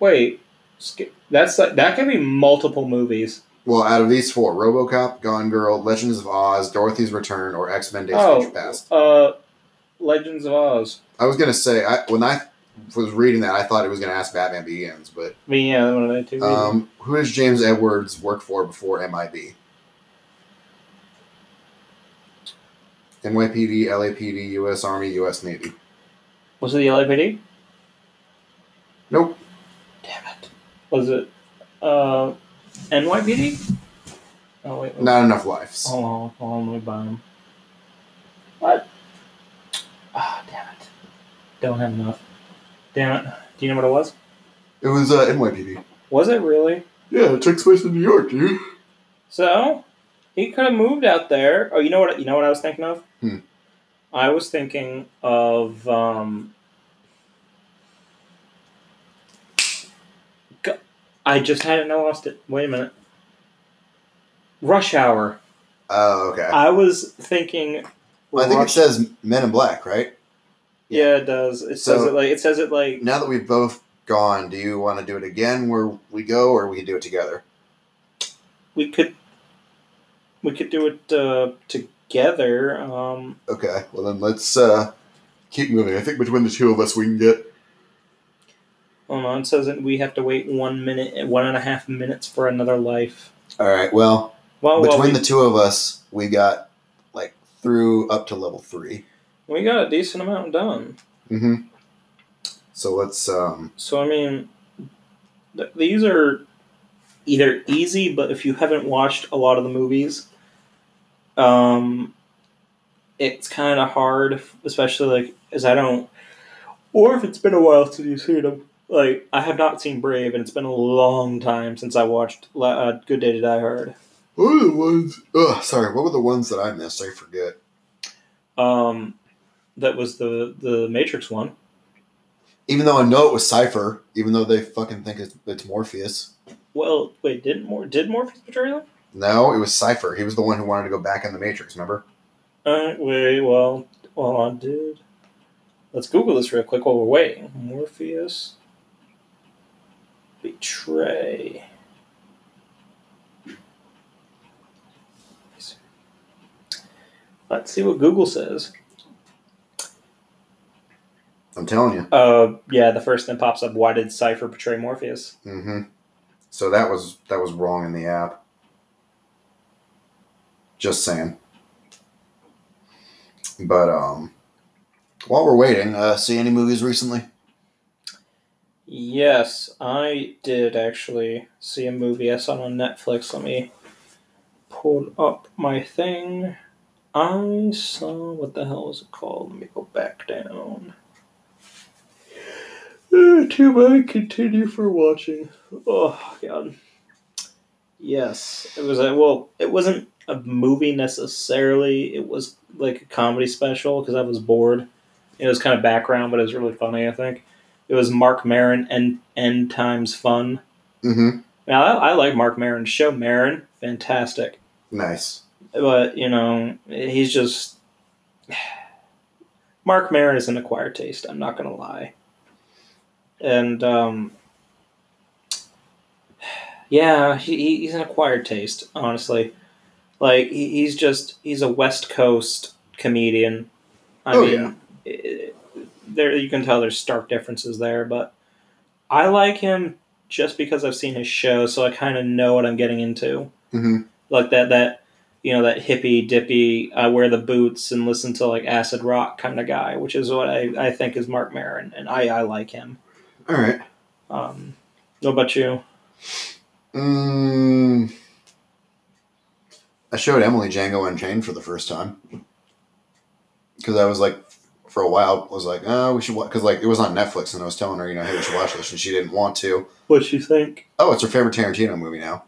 Wait, Sk- That's like, that could be multiple movies.
Well, out of these four, RoboCop, Gone Girl, Legends of Oz, Dorothy's Return, or X Men: Days of Future
oh,
Past.
uh, Legends of Oz.
I was gonna say I, when I was reading that, I thought it was gonna ask Batman Begins, but
I mean, yeah, one of the two.
um, who does James Edwards work for before MIB? NYPD, LAPD, U.S. Army, U.S. Navy.
was it the LAPD?
Nope.
Damn it. Was it uh, NYPD? Oh wait. wait.
Not enough lives.
Hold on, hold on, let me buy them. What? Ah, damn it. Don't have enough. Damn it. Do you know what it was?
It was uh, NYPD.
Was it really?
Yeah, it takes place in New York, dude.
So he could have moved out there. Oh, you know what? You know what I was thinking of?
Hmm.
I was thinking of um. Go- I just had it and I lost it. Wait a minute. Rush Hour.
Oh, okay.
I was thinking.
I think it
Rush-
says Men in Black, right?
yeah. it does. It says
So-
it like it says it like
Now that we've both gone, do you want to do it again where we go, or we can do it together?
we could we could do it uh, together. Um,
Okay. Well, then let's uh, keep moving. I think between the two of us, we can get.
hold on, it says that we have to wait one minute, one and a half minutes for another life.
All right. Well,
Oh, Well, well,
between
we,
the two of us, we got like through up to level 3
we got a decent amount done.
Mm-hmm. So let's. um
So I mean, th- these are either easy, but if you haven't watched a lot of the movies, um, it's kind of hard, especially like as I don't, or if it's been a while since you've seen them. Like I have not seen Brave, and it's been a long time since I watched La- uh, Good Day to Die Hard.
What were the ones? Oh, sorry. What were the ones that I missed? I forget.
Um, that was the the Matrix one.
Even though I know it was Cipher, even though they fucking think it's, it's Morpheus.
Well, wait, didn't Mor- did Morpheus betray them?
No, it was Cipher. He was the one who wanted to go back in the Matrix. Remember?
Uh, wait, well, hold on, dude. Let's Google this real quick while we're waiting. Morpheus betray. Let's see what Google says.
I'm telling you.
Uh, yeah, the first thing pops up. Why did Cipher betray Morpheus?
Mm-hmm. So that was that was wrong in the app. Just saying. But um, while we're waiting, uh, see any movies recently?
Yes, I did actually see a movie I saw on Netflix. Let me pull up my thing. I saw what the hell is it called? Let me go back down. Uh, to my continue for watching. Oh god. Yes, it was a well. It wasn't a movie necessarily. It was like a comedy special because I was bored. It was kind of background, but it was really funny. I think. It was Mark Maron and End Times Fun.
Mm-hmm.
Now I, I like Mark Maron's show. Maron, fantastic,
Nice.
but you know he's just Mark Maron is an acquired taste. I'm not gonna lie, and um, yeah, he, he- he's an acquired taste. Honestly, like he, he's just he's a West Coast comedian. I
Oh,
mean,
yeah.
it- there you can tell there's stark differences there, but I like him just because I've seen his show, so I kind of know what I'm getting into.
Mhm.
Like that that you know that hippy dippy, I wear the boots and listen to like acid rock kind of guy, which is what I, I think is Mark Maron, and I I like him.
All right.
Um, what about you?
Mm, I showed Emily Django Unchained for the first time because I was like, for a while, was like, oh, we should watch because like it was on Netflix, and I was telling her, you know, hey, we should watch this, and she didn't want to.
What you think?
Oh, it's her favorite Tarantino movie now.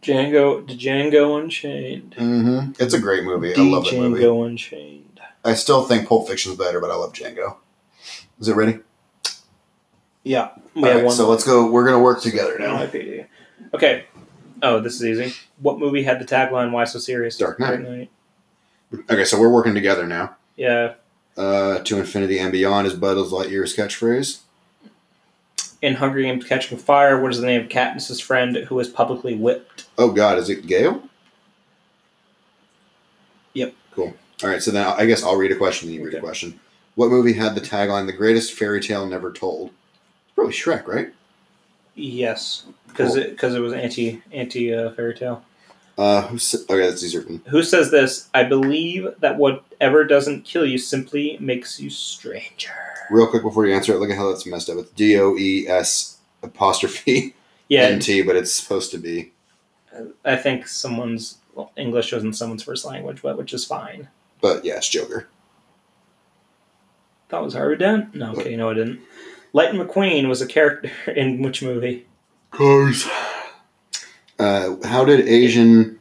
Django Django Unchained.
hmm It's a great movie. I
Mm-hmm. D
love that movie.
Django Unchained.
I still think Pulp Fiction's better, but I love Django. Is it ready?
Yeah, we
All
have
right,
one.
so let's go. We're gonna work together now.
NYPD. Okay. Oh, this is easy. What movie had the tagline "Why so serious"?
Dark Knight.
Dark Knight.
Okay, so we're working together now.
Yeah.
Uh, to infinity and beyond is Buzz Lightyear's catchphrase.
in Hunger Games: Catching Fire, what is the name of Katniss's friend who was publicly whipped?
Oh God, is it Gale?
Yep.
Cool. All right, so then I guess I'll read a question, then you read a
Okay.
question. What movie had the tagline "The greatest fairy tale never told"? It's probably Shrek, right?
Yes, because
Cool.
it because it was anti anti uh, fairy tale.
Uh, who's, okay, that's Easerton.
Who says this? I believe that whatever doesn't kill you simply makes you stranger.
Real quick before you answer it, look at how that's messed up. It's D O E S apostrophe *laughs* N
Yeah,
T, but it's supposed to be.
I think someone's well, English wasn't someone's first language, but which is fine.
But yeah, it's Joker.
That was Harvey Dent. No, okay, no, I didn't. Lightning McQueen was a character *laughs* in which movie?
Cars. Uh, how did Asian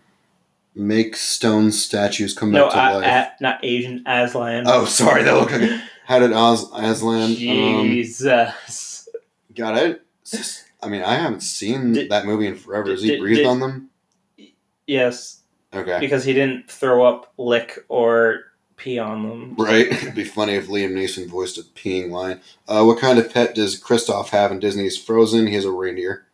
make stone statues come
No,
back to
I,
life?
I- not Asian Aslan.
Oh, sorry, that looked like. How did Oz Aslan? Um,
Jesus.
God, I. s- I mean, I haven't seen
Did-
that movie in forever. Has he
did-
breathed
did-
on them?
yes,
Okay,
because he didn't throw up, lick, or pee on them.
right. *laughs* It'd be funny if Liam Neeson voiced a peeing lion. Uh, what kind of pet does Kristoff have in Disney's Frozen? He has a reindeer.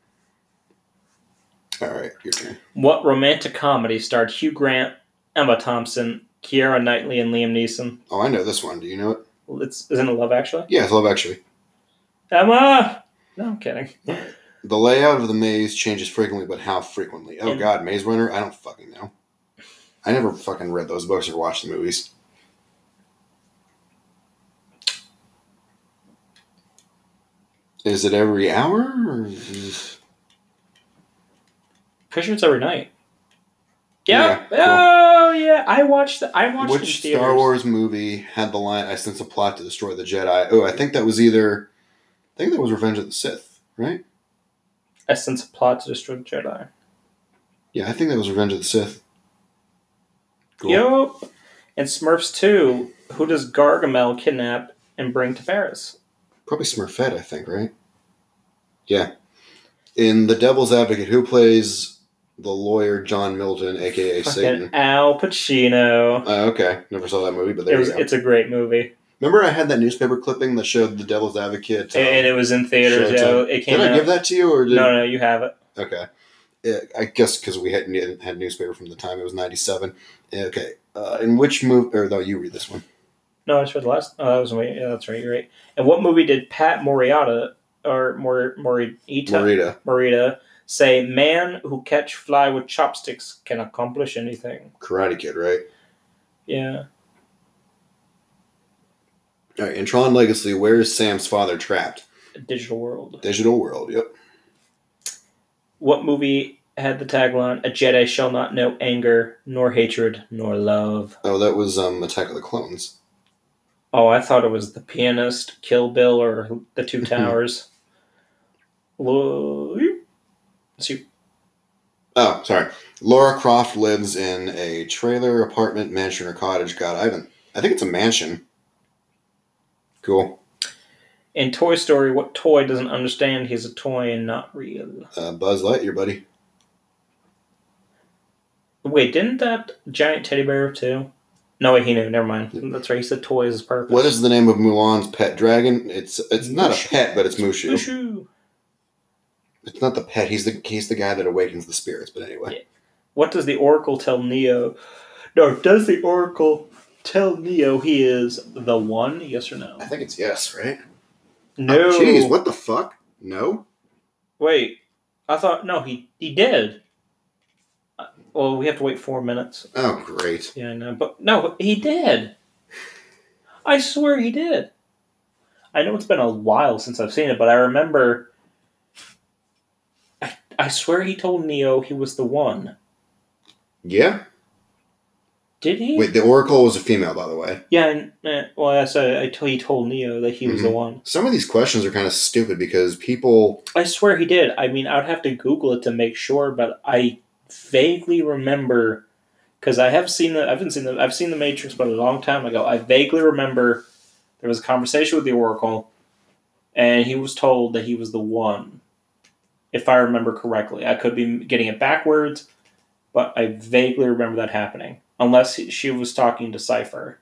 All right, your turn.
What romantic comedy starred Hugh Grant, Emma Thompson, Keira Knightley, and Liam Neeson?
Oh, I know this one. Do you know it?
It's isn't it Love Actually?
Yeah, it's Love Actually.
Emma. No, I'm kidding.
The layout of the maze changes frequently, but how frequently? Oh
And-
God, Maze Runner. I don't fucking know. I never fucking read those books or watched the movies. Is it every hour? Or is-
Pretty sure it's every night. Yeah.
Yeah, cool.
Oh yeah. I watched. The, I watched.
Which
it in
Star
theaters.
Wars movie had the line "I sense a plot to destroy the Jedi"? Oh, I think that was either. I think that was Revenge of the Sith, right?
Essence of plot to destroy the Jedi.
Yeah, I think that was Revenge of the Sith. Cool.
Yup. And Smurfs too. Who does Gargamel kidnap and bring to Paris?
Probably Smurfette, I think, right? Yeah. In The Devil's Advocate, who plays the lawyer John Milton, aka Satan?
Fucking Al Pacino.
Uh, okay, never saw that movie, but
It
there
was,
you go.
it's a great movie,
Remember, I had that newspaper clipping that showed The Devil's Advocate. uh,
and it was in theaters.
Showtime.
Yeah, it
did
came
I
out.
give that to you, or did
no, no, you have it.
Okay. Yeah, I guess because we hadn't yet had newspaper from the time it was '97. Okay. Uh, in which movie? Or no, you read this one.
No, it's for the last. Oh, that was wait. Yeah, that's right. You're right. And what movie did Pat Morita or Mor Morita
Marita.
Morita say, "Man who catch fly with chopsticks can accomplish anything"?
Karate Kid, right?
Yeah.
All right. In Tron Legacy, where is Sam's father trapped?
Digital world.
Digital world. Yep.
What movie had the tagline "A Jedi shall not know anger, nor hatred, nor love"?
Oh, that was um, Attack of the Clones.
Oh, I thought it was The Pianist, Kill Bill, or The Two Towers. Lo- See,
Oh, sorry. Laura Croft lives in a trailer, apartment, mansion, or cottage. God, I haven't. I think it's a mansion. Cool.
In Toy Story, what toy doesn't understand he's a toy and not real?
Uh, Buzz Lightyear, buddy.
Wait, didn't that giant teddy bear too? No, wait, he knew. Never mind. That's right. He said toy is his purpose.
What is the name of Mulan's pet dragon? It's it's not a pet, but it's Mushu.
Mushu.
It's not the pet. He's the he's the guy that awakens the spirits. But anyway,
What does the Oracle tell Neo? No, does the Oracle tell Neo he is the one? Yes or no?
I think it's yes, right?
No.
Oh, Jeez, what the fuck? No.
Wait, I thought no. He he did. Uh, Well, we have to wait four minutes.
Oh, great.
Yeah, I know. uh, But no, he did. I swear he did. I know it's been a while since I've seen it, but I remember. I, I swear he told Neo he was the one.
Yeah.
Did he?
Wait, the Oracle was a female, by the way.
Yeah. And, eh, well, I said I told he told Neo that he was the one.
Some of these questions are kind of stupid because people
I swear he did. I mean, I'd have to Google it to make sure, but I vaguely remember because I have seen the I haven't seen the I've seen the Matrix, but a long time ago. I vaguely remember there was a conversation with the Oracle, and he was told that he was the one, if I remember correctly. I could be getting it backwards, but I vaguely remember that happening. Unless he- she was talking to Cipher,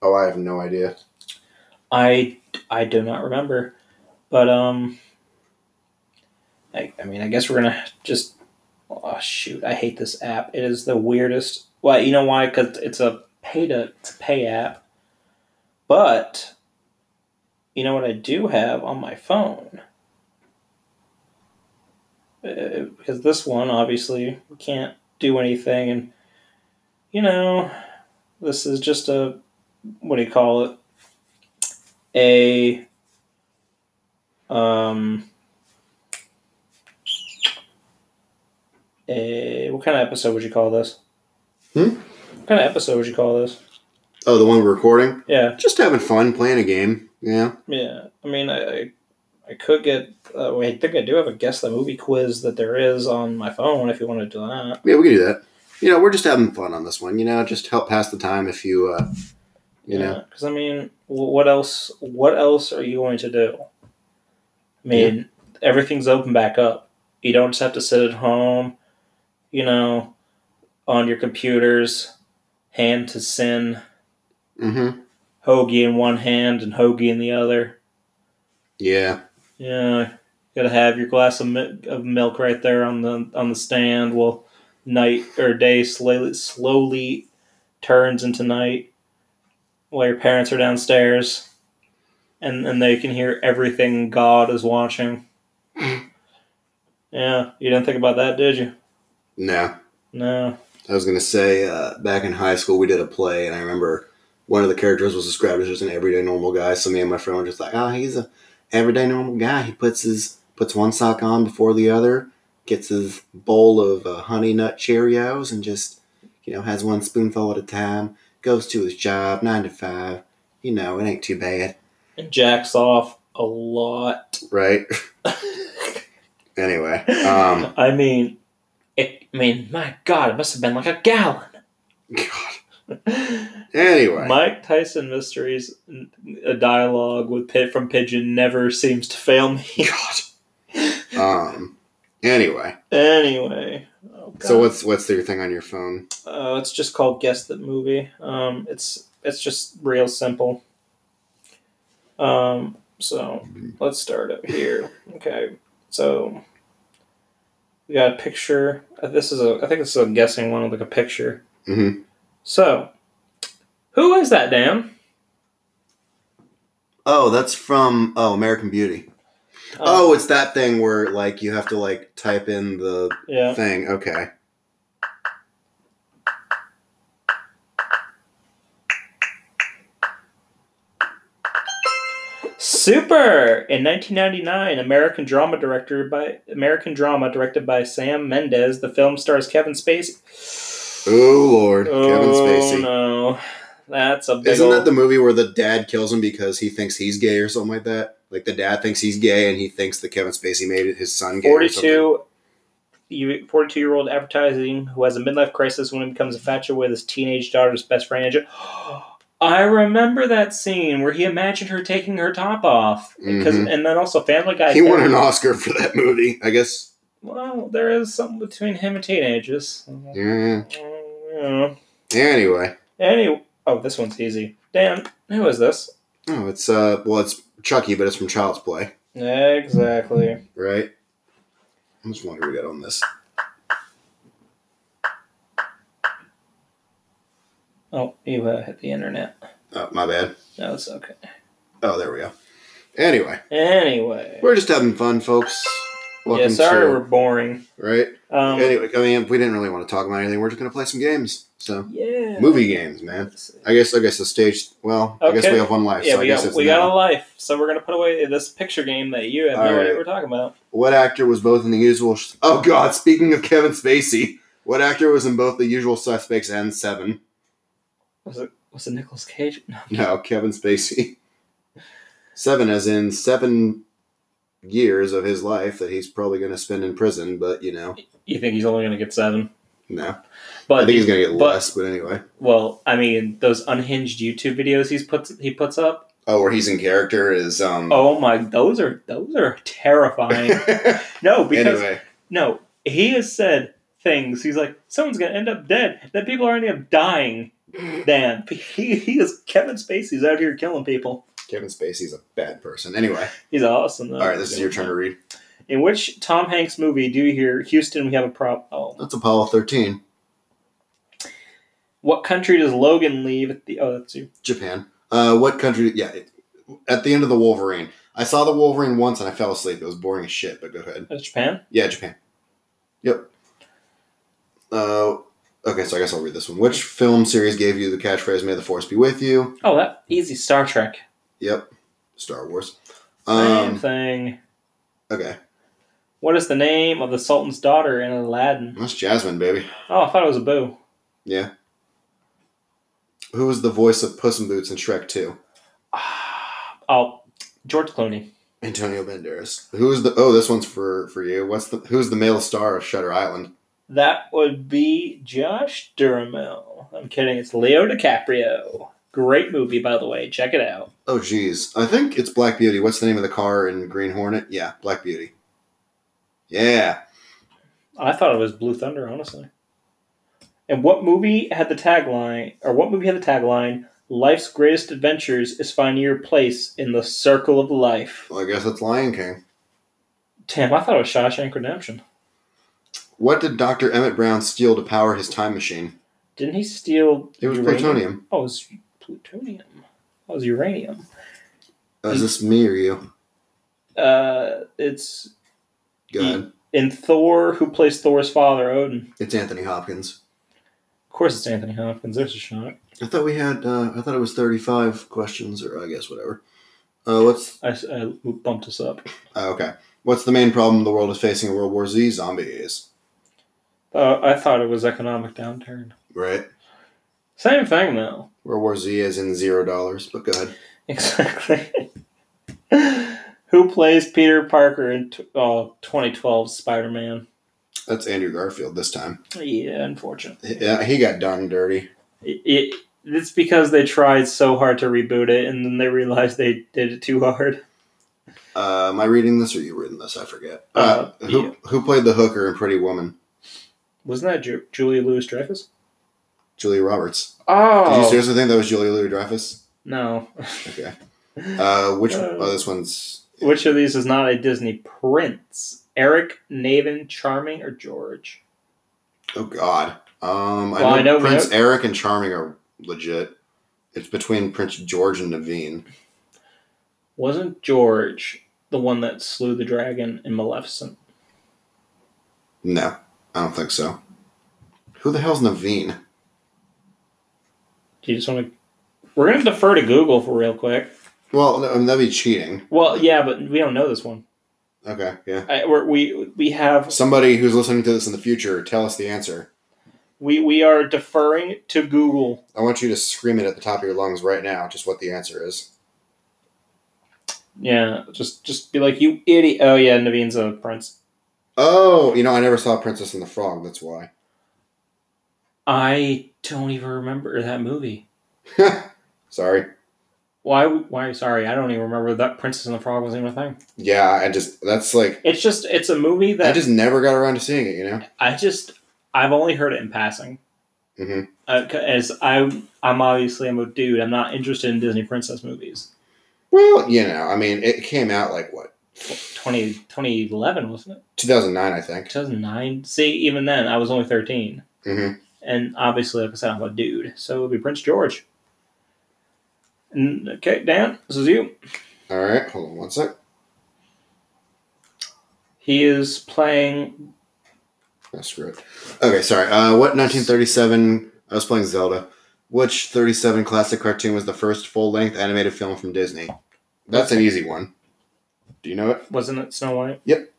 Oh, I have no idea.
I I do not remember. But um, I, I mean, I guess we're gonna just. Oh shoot! I hate this app. It is the weirdest. Well, you know why? Because it's a pay to it's a pay app. But you know what I do have on my phone. Uh, Because this one, obviously, we can't do anything, and you know, this is just a what do you call it? A um, a what kind of episode would you call this?
Hmm?
What kind of episode would you call this?
Oh, the one we're recording?
Yeah,
Just having fun playing a game. Yeah.
yeah. I mean, I I, I could get. Uh, wait, I think I do have a guess the movie quiz that there is on my phone. If you want to do that,
Yeah, we can do that. You know, we're just having fun on this one. You know, just help pass the time if you, uh, you know.
Because I mean, wh- what else? What else are you going to do? I mean, everything's open back up. You don't just have to sit at home, you know, on your computers, hand to sin.
Mm-hmm.
hoagie in one hand and hoagie in the other.
Yeah.
Yeah, gotta have your glass of, mi- of milk right there on the on the stand. While night or day slowly slowly turns into night, while your parents are downstairs, and and they can hear everything God is watching. Mm-hmm. yeah, you didn't think about that, did you?
No.
No.
I was gonna say, uh, back in high school, we did a play, and I remember one of the characters was described as just an everyday normal guy. So me and my friend were just like, "Oh, he's a everyday normal guy. He puts his puts one sock on before the other, gets his bowl of uh, honey nut Cheerios, and just you know has one spoonful at a time. Goes to his job, nine to five. You know, it ain't too bad,
And jacks off a lot.
right?" *laughs* anyway,
*laughs*
um,
I mean, it, I mean, my God, it must have been like a gallon.
God.
*laughs*
Anyway,
Mike Tyson mysteries, n- a dialogue with Pit from Pigeon never seems to fail me.
*laughs*
*laughs*
God. Um, anyway.
anyway, oh,
So
God.
what's what's their thing on your phone?
Uh, it's just called Guess That Movie. Um, it's it's just real simple. Um, so let's start up
*laughs*
here. Okay, so we got a picture. Uh, This is a I think this is a guessing one, like a picture.
Mhm.
So, who is that, Dan?
Oh, that's from oh American Beauty. Oh, it's that thing where like you have to like type in the
yeah.
thing. Okay.
Super! In 1999, American drama director by American drama directed by Sam Mendes, the film stars Kevin Spacey.
Oh Lord, Kevin
Oh,
Spacey.
no, that's a big
Isn't that
ol-
the movie where the dad kills him because he thinks he's gay or something like that? Like the dad thinks he's gay and he thinks that Kevin Spacey made his son gay. Or something.
42 you 42 year old advertising who has a midlife crisis when he becomes infatuated with his teenage daughter's best friend. Angela. *gasps* I remember that scene where he imagined her taking her top off, because
Mhm.
and then also Family Guy.
He won an
Kevin-
Oscar for that movie, I guess.
Well, there is something between him and teenagers.
Yeah.
Yeah.
Anyway,
Any oh, this one's easy. Dan, who is this?
oh, it's uh, well, it's Chucky, but it's from Child's Play,
Exactly.
right? How much longer we got on this?
Oh, you uh, hit the internet.
Oh, my bad.
No, it's okay.
Oh, there we go. Anyway,
Anyway,
we're just having fun, folks.
yeah.
Welcome
Sorry,
to
we're boring.
right.
Um,
anyway, I mean, we didn't really want to talk about anything. We're just gonna play some games. So
yeah.
movie games, man. I guess I guess the stage. Well, I guess
Okay.
we have one life.
Yeah,
so I
we
guess
got
it's
we
now.
got a life, so we're gonna put away this picture game that you have no
All
idea
right.
what we're talking about.
What actor was both in the usual? Sh- oh God! Speaking of Kevin Spacey, what actor was in both the Usual Suspects and Seven? *laughs*
Was it was it Nicolas Cage? No.
No, Kevin Spacey. Seven, as in seven years of his life that he's probably going to spend in prison. But you know,
You think he's only gonna get seven?
no.
But
I think he's going to get
but-
less. But anyway.
well, I mean, those unhinged YouTube videos he's puts he puts up.
Oh, where he's in character is um. *laughs*
Oh my, those are those are terrifying. no, because
anyway,
No, he has said things. He's like, someone's gonna end up dead. Then people are ending up dying. Dan, he, he is Kevin Spacey's out here killing people.
Kevin Spacey's a bad person. Anyway,
He's awesome. Though.
all right, this is your turn to read.
In which Tom Hanks movie do you hear Houston? We have a oh. problem.
That's Apollo 13.
What country does Logan leave at the? Oh, that's you.
Japan. Uh, what country? Yeah, it, at the end of the Wolverine. I saw the Wolverine once and I fell asleep. It was boring as shit, but go ahead.
That's Japan.
Yeah, Japan. Yep. Uh, okay, so I guess I'll read this one. Which film series gave you the catchphrase "May the Force be with you"?
Oh, that easy. Star Trek.
Yep. Star Wars.
Same
Um,
thing.
okay,
What is the name of the Sultan's daughter in Aladdin?
that's Jasmine, baby.
Oh, I thought it was a boo. *sighs*
Yeah. Who was the voice of Puss in Boots in Shrek Two?
Ah, Oh, George Clooney.
Antonio Banderas. Who is the? Oh, this one's for for you. What's the? Who's the male star of Shutter Island?
That would be Josh Duhamel. I'm kidding. It's Leo DiCaprio. Great movie, by the way. Check it out.
Oh, geez. I think it's Black Beauty. What's the name of the car in Green Hornet? Yeah, Black Beauty. Yeah.
I thought it was Blue Thunder, honestly. And what movie had the tagline, or what movie had the tagline, "Life's greatest adventures is finding your place in the circle of life."
Well, I guess it's Lion King.
Damn, I thought it was Shawshank Redemption.
What did Dr. Emmett Brown steal to power his time machine?
Didn't he steal?
It was
uranium?
plutonium.
Oh, it was plutonium. Oh, it was uranium.
Oh, is this me or you?
Uh, it's
Go ahead.
in Thor. Who plays Thor's father, Odin?
It's Anthony Hopkins.
Of course, it's Anthony Hopkins. There's a shot.
I thought we had, uh, I thought it was 35 questions, or I guess whatever. Uh, what's,
I, s- I bumped us up.
uh, okay. What's the main problem the world is facing in World War Z? Zombies.
Uh, I thought it was economic downturn.
Right?
Same thing though. *laughs*
World War Z is in zero dollars, but go ahead.
Exactly. Who plays Peter Parker in t- oh, 2012 Spider Man?
That's Andrew Garfield this time.
Yeah, unfortunate.
He- Yeah, he got done dirty.
It, it- it's because they tried so hard to reboot it and then they realized they did it too hard.
Uh, am I reading this or you reading this? I forget. Uh,
Uh,
who
yeah.
who played the hooker in Pretty Woman?
Wasn't that Ju- Julia Louis Dreyfus?
Julia Roberts.
Oh!
Did you seriously think that was Julia Louis Dreyfus?
No. *laughs*
Okay. Uh, which
Uh,
oh, this one's
Which of these is not a Disney prince? Eric, Naven, Charming, or George?
oh god. Um, I,
Well,
know
I know
Prince
Rick.
Eric and Charming are legit. It's between Prince George and Naveen.
Wasn't George the one that slew the dragon in Maleficent?
No, I don't think so. Who the hell's Naveen?
Do you just want to. We're going to defer to Google for real quick.
Well, no, I mean, that'd be cheating.
Well, yeah, but we don't know this one.
Okay, yeah.
I, we're, we we have
Somebody who's listening to this in the future, tell us the answer.
we we are deferring to Google.
I want you to scream it at the top of your lungs right now, just what the answer is.
Yeah, just just be like you idiot. Oh yeah, Naveen's a prince.
Oh, you know, I never saw Princess and the Frog. That's why. *laughs*
I don't even remember that movie.
Sorry.
Why? Why? Sorry, I don't even remember that Princess and the Frog was even a thing.
Yeah, I just that's like
It's just it's a movie that
I just never got around to seeing it. You know.
I just I've only heard it in passing.
Mhm.
Uh, 'ca- as I I'm obviously I'm a dude. I'm not interested in Disney princess movies.
Well, you know, I mean, it came out like what
20, 2011, wasn't it?
2009, I think.
2009. See, even then, I was only 13.
Mhm.
And obviously, like I said, I'm a dude. So it would be Prince George. And, okay, Dan, this is you.
All right, hold on one sec.
He is playing.
Oh, screw it. Okay, sorry. Uh, what 1937? I was playing Zelda. Which 37 classic cartoon was the first full-length animated film from Disney? That's an easy one. Do you know it?
Wasn't it Snow White?
Yep.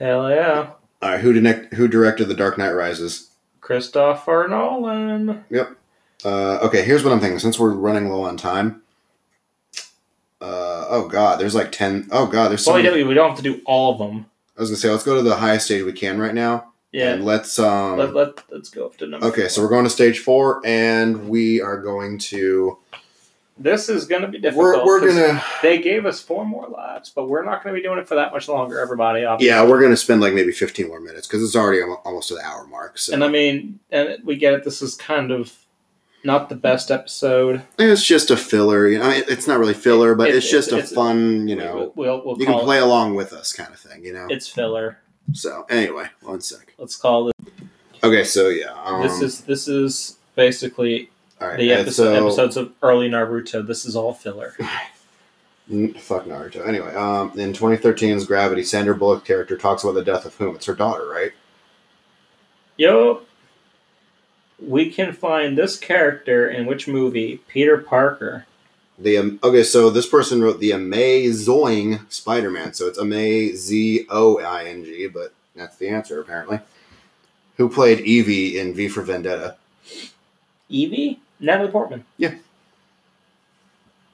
Hell yeah.
All right. Who, direct, who directed The Dark Knight Rises?
Christopher Nolan.
Uh, okay, here's what I'm thinking. Since we're running low on time, uh, oh god, there's like ten. Oh god, there's so.
Well, we
many-
don't, we don't have to do all of them.
I was gonna say, let's go to the highest stage we can right now.
Yeah.
And let's um.
Let, let, let's go up to number.
okay, so we're going to stage four, and we are going to.
This is going to be
We're
difficult.
we're
'cause
gonna.
They gave us four more lives, but we're not going to be doing it for that much longer, everybody. Obviously.
Yeah, we're gonna spend like maybe 15 more
uh,
minutes because it's already al- almost to the hour mark. So
And I mean, and we get it. This is kind of not the best episode.
It's just a filler. You know, I mean, it's not really filler, but
It-
it's just
it's-
a
it's-
fun, you know,
we'll, we'll
you
call
can play along with us kind of thing, you know.
It, it's filler.
So anyway, one sec.
Let's call it.
Okay, so yeah, um,
this is this is basically
all right,
the
and
episode,
so-
episodes of early Naruto. This is
*laughs*
all filler.
N- fuck Naruto. Anyway, um, in 2013's Gravity, Sandra Bullock's character talks about the death of whom? It's her daughter, right?
Yo, we can find this character in which movie? Peter Parker.
The um, okay, so this person wrote the Amazing Spider-Man, so it's Amaz Z O I N G, but that's the answer apparently. Who played Evie in V for Vendetta?
Evie? Natalie Portman.
Yeah.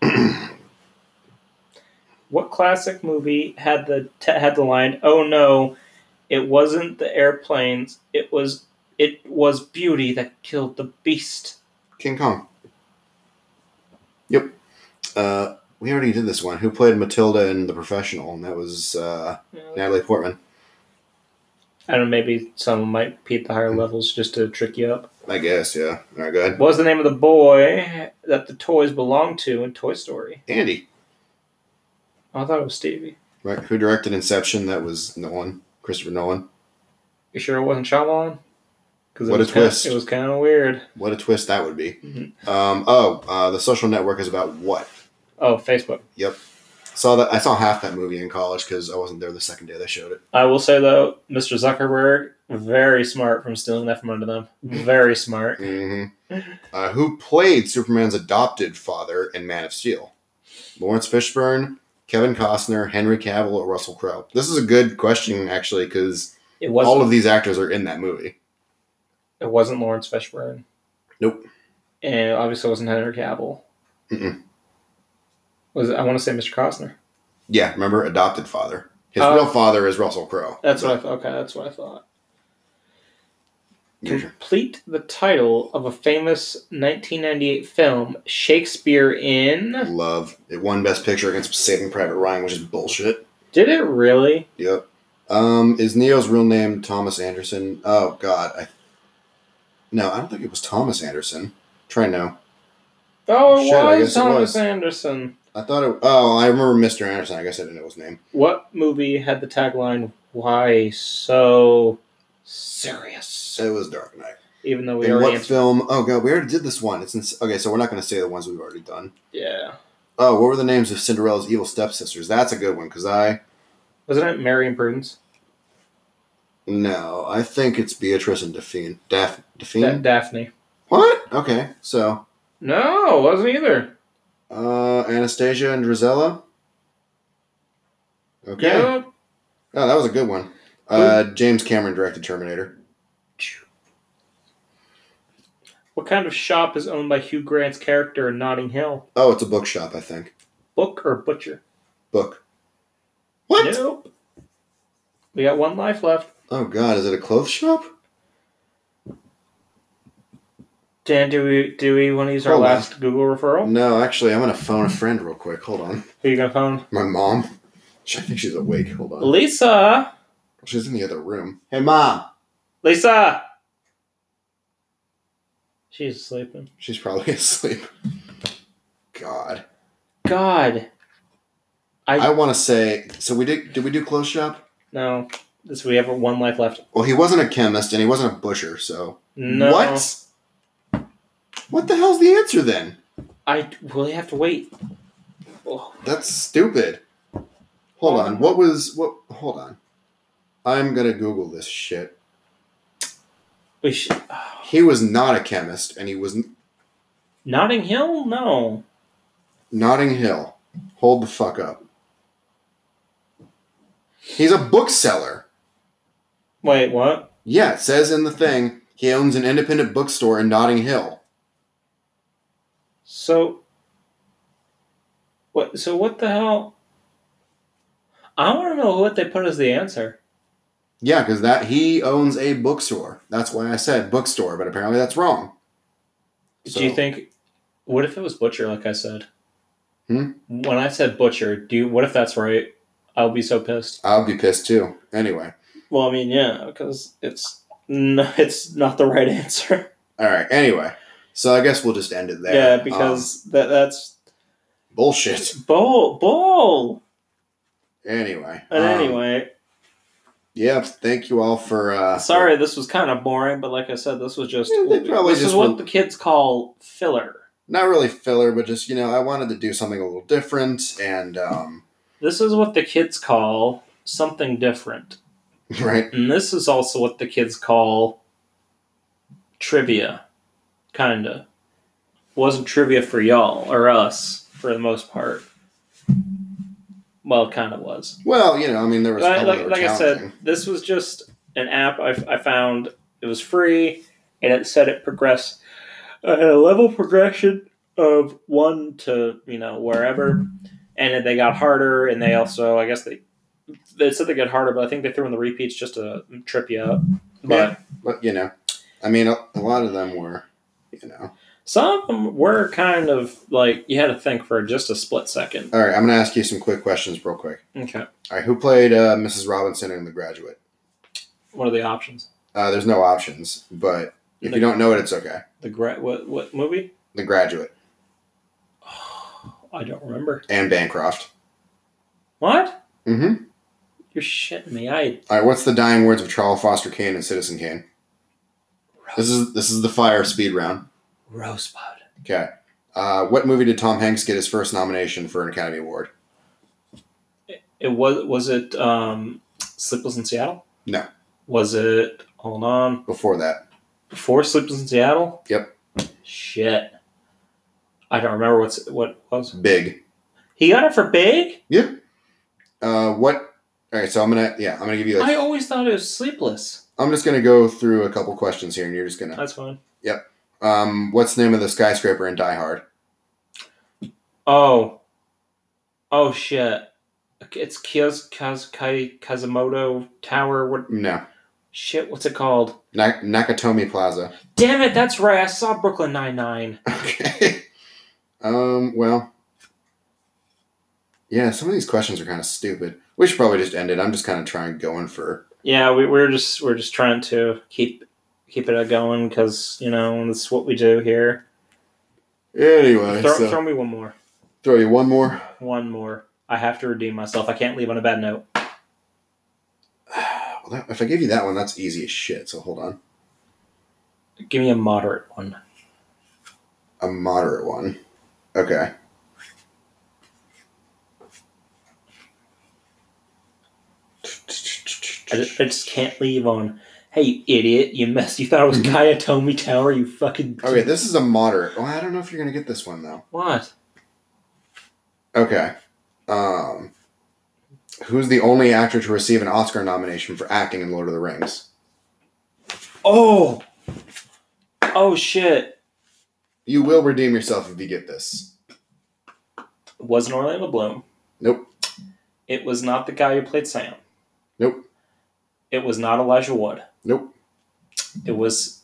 *clears throat* what classic movie had the t- had the line? Oh no, it wasn't the airplanes. It was it was beauty that killed the beast.
King Kong. Yep. Uh, we already did this one. Who played Matilda in The Professional? And that was uh, Natalie Portman.
I don't know. Maybe someone might repeat the higher levels just to trick you up.
I guess, yeah. All right, go ahead.
What was the name of the boy that the toys belonged to in Toy Story? Oh,
Andy.
I thought it was Stevie.
Right, who directed Inception? That was Nolan, Christopher Nolan.
You sure it wasn't Shyamalan? Because
What a
was kinda-
twist.
it was kind of weird.
What a twist that would be.
Mhm.
Um, oh, uh, the Social Network is about what?
Oh, Facebook.
Saw that I saw half that movie in college because I wasn't there the second day they showed it.
I will say though, Mr. Zuckerberg, very smart from stealing that from under them.
*laughs*
Very smart.
Mm-hmm.
*laughs*
Uh, who played Superman's adopted father in Man of Steel? Lawrence Fishburne, Kevin Costner, Henry Cavill, or Russell Crowe? This is a good question actually because
It
all
wasn't.
of these actors are in that movie.
it wasn't Lawrence Fishburne.
Nope.
And obviously, it wasn't Henry Cavill.
Mm-mm.
Was it, I want to say Mr. Costner?
Yeah, remember adopted father. His
Oh.
real father is Russell Crowe.
That's what I thought. Okay, that's what I thought.
Your turn.
Complete the title of a famous 1998 film, Shakespeare in.
Love. It won Best Picture against Saving Private Ryan, which is bullshit.
Did it really?
Yep. Um, is Neo's real name Thomas Anderson? Oh God, I. No, I don't think it was Thomas Anderson. Try now.
Oh, it
Shit, I
was
guess it
Thomas
was.
Anderson.
I thought it. Oh, I remember Mr. Anderson. I guess I didn't know his name.
What movie had the tagline "Why so serious"?
It was Dark Knight.
Even though we
In
already
what
answered.
film? Oh God, we already did this one. It's in, okay, so we're not going to say the ones we've already done.
Yeah,
Oh, what were the names of Cinderella's evil stepsisters? That's a good one because I
wasn't it Mary and Prudence?
no, I think it's Beatrice and Daphne. Daph, Daphne.
Da- Daphne.
what? Okay, so
No, it wasn't either.
Uh, Anastasia and Drizella. Okay.
Yep.
Oh, that was a good one. Uh, James Cameron directed Terminator.
What kind of shop is owned by Hugh Grant's character in Notting Hill?
Oh, it's a bookshop, I think.
Book or butcher?
Book. What?
Nope. We got one life left.
Oh God, is it a clothes shop?
Dan, do we do we want to use our
Hold on. Hmm.
last Google referral?
No, actually, I'm gonna phone a friend real quick. Hold on.
Who you gonna phone?
My mom. Sh- I think she's awake. Hold on.
Lisa.
She's in the other room. Hey, mom.
Lisa. She's sleeping.
She's probably *laughs* asleep. God.
God. I-
I want to say. So we did. Did we do clothes shop?
No. This we have one life left.
Well, he wasn't a chemist and he wasn't a butcher, so.
No.
What? What the hell's the answer then?
I really have to wait. Oh,
That's stupid. Hold on. What was what? Hold on. I'm gonna Google this shit.
we should.
He was not a chemist, and he was n-
*sighs* Notting Hill? No.
Notting Hill. Hold the fuck up. He's a bookseller.
Wait, what?
Yeah, it says in the thing he owns an independent bookstore in Notting Hill.
So. What? So what the hell? I want to know what they put as the answer.
Yeah, because that he owns a bookstore. That's why I said bookstore, but apparently that's wrong.
Do you
So-
think? What if it was butcher, like I said?
Hmm?
When I said butcher, do you, what if that's right? I'll be so pissed.
I'll be pissed too. Anyway.
Well, I mean, *laughs* yeah, because it's no, it's not the right answer.
All right. Anyway, So I guess we'll just end it there.
Yeah,
Um,
because that that's
bullshit.
bull bull.
Anyway.
And
um,
anyway,
Yeah. Thank you all for. Uh,
sorry this was kind of boring, but like I said, this was just
Yeah, they probably
this is
just
what
want-
the kids call filler.
not really filler, but just you know, I wanted to do something a little different, and um, *laughs*
This is what the kids call something different,
right,
and this is also what the kids call trivia, kinda. Wasn't trivia for y'all or us for the most part. Well, it kind of was.
well, you know, I mean, there was a
like,
couple
like,
that were
like I said,
challenging.
this was just an app I, I found. It was free, and it said it progressed uh, had a level progression of one to you know wherever, and then they got harder. And they also, I guess they they said they got harder, but I think they threw in the repeats just to trip you up. But
Yeah. but you know, I mean, a, a lot of them were, you know.
some of them were kind of like you had to think for just a split second.
All right, I'm gonna ask you some quick questions, real quick.
Okay,
All right, who played uh, Mrs. Robinson in The Graduate?
what are the options?
Uh, there's no options, but if you don't know it, it's okay.
The gra- what what movie? *sighs*
The Graduate
I don't remember.
and Bancroft.
What?
Mm-hmm.
You're shitting me. I
All right, what's the dying words of Charles Foster Kane and Citizen Kane? This is this is the fire speed round.
Rosebud.
Okay. Uh, what movie did Tom Hanks get his first nomination for an Academy Award?
It was was it um, Sleepless in Seattle?
No.
Was it hold on
Before that,
before Sleepless in Seattle?
Yep.
Shit. I don't remember what's what it was.
Big.
He got it for Big.
Uh, what? All right, so I'm gonna yeah, I'm gonna give you.
I
Like,
always thought it was Sleepless.
I'm just gonna go through a couple questions here, and you're just gonna.
That's fine.
Um, what's the name of the skyscraper in Die Hard?
Oh. Oh shit. It's Kiyo's Kaz, Kai, Kazumoto Tower. What
No,
shit? What's it called?
Na- Nakatomi Plaza. *laughs*
Damn it! That's right. I saw Brooklyn Nine Nine.
Okay. um. Well. Yeah, some of these questions are kind of stupid. We should probably just end it. I'm just kind of trying going for.
Yeah, we, we're just we're just trying to keep keep it going because you know that's what we do here.
Anyway,
throw,
so-
throw me one more,
throw you one more. *sighs*
one more. I have to redeem myself. I can't leave on a bad note.
Well, that, if I give you that one, that's easy as shit. So hold on.
Give me a moderate one.
A moderate one. Okay.
I just, I just can't leave on. Hey, you idiot! You messed. You thought it
*laughs*
was Kayatomi Tower. You fucking.
Okay, this is a moderate. Well, I don't know if you're gonna get this one though.
What?
Okay. Um, who's the only actor to receive an Oscar nomination for acting in Lord of the Rings?
Oh. Oh shit!
You will redeem yourself if you get this.
It wasn't Orlando Bloom.
Nope.
It was not the guy who played Sam.
Nope.
It was not Elijah Wood.
Nope.
It was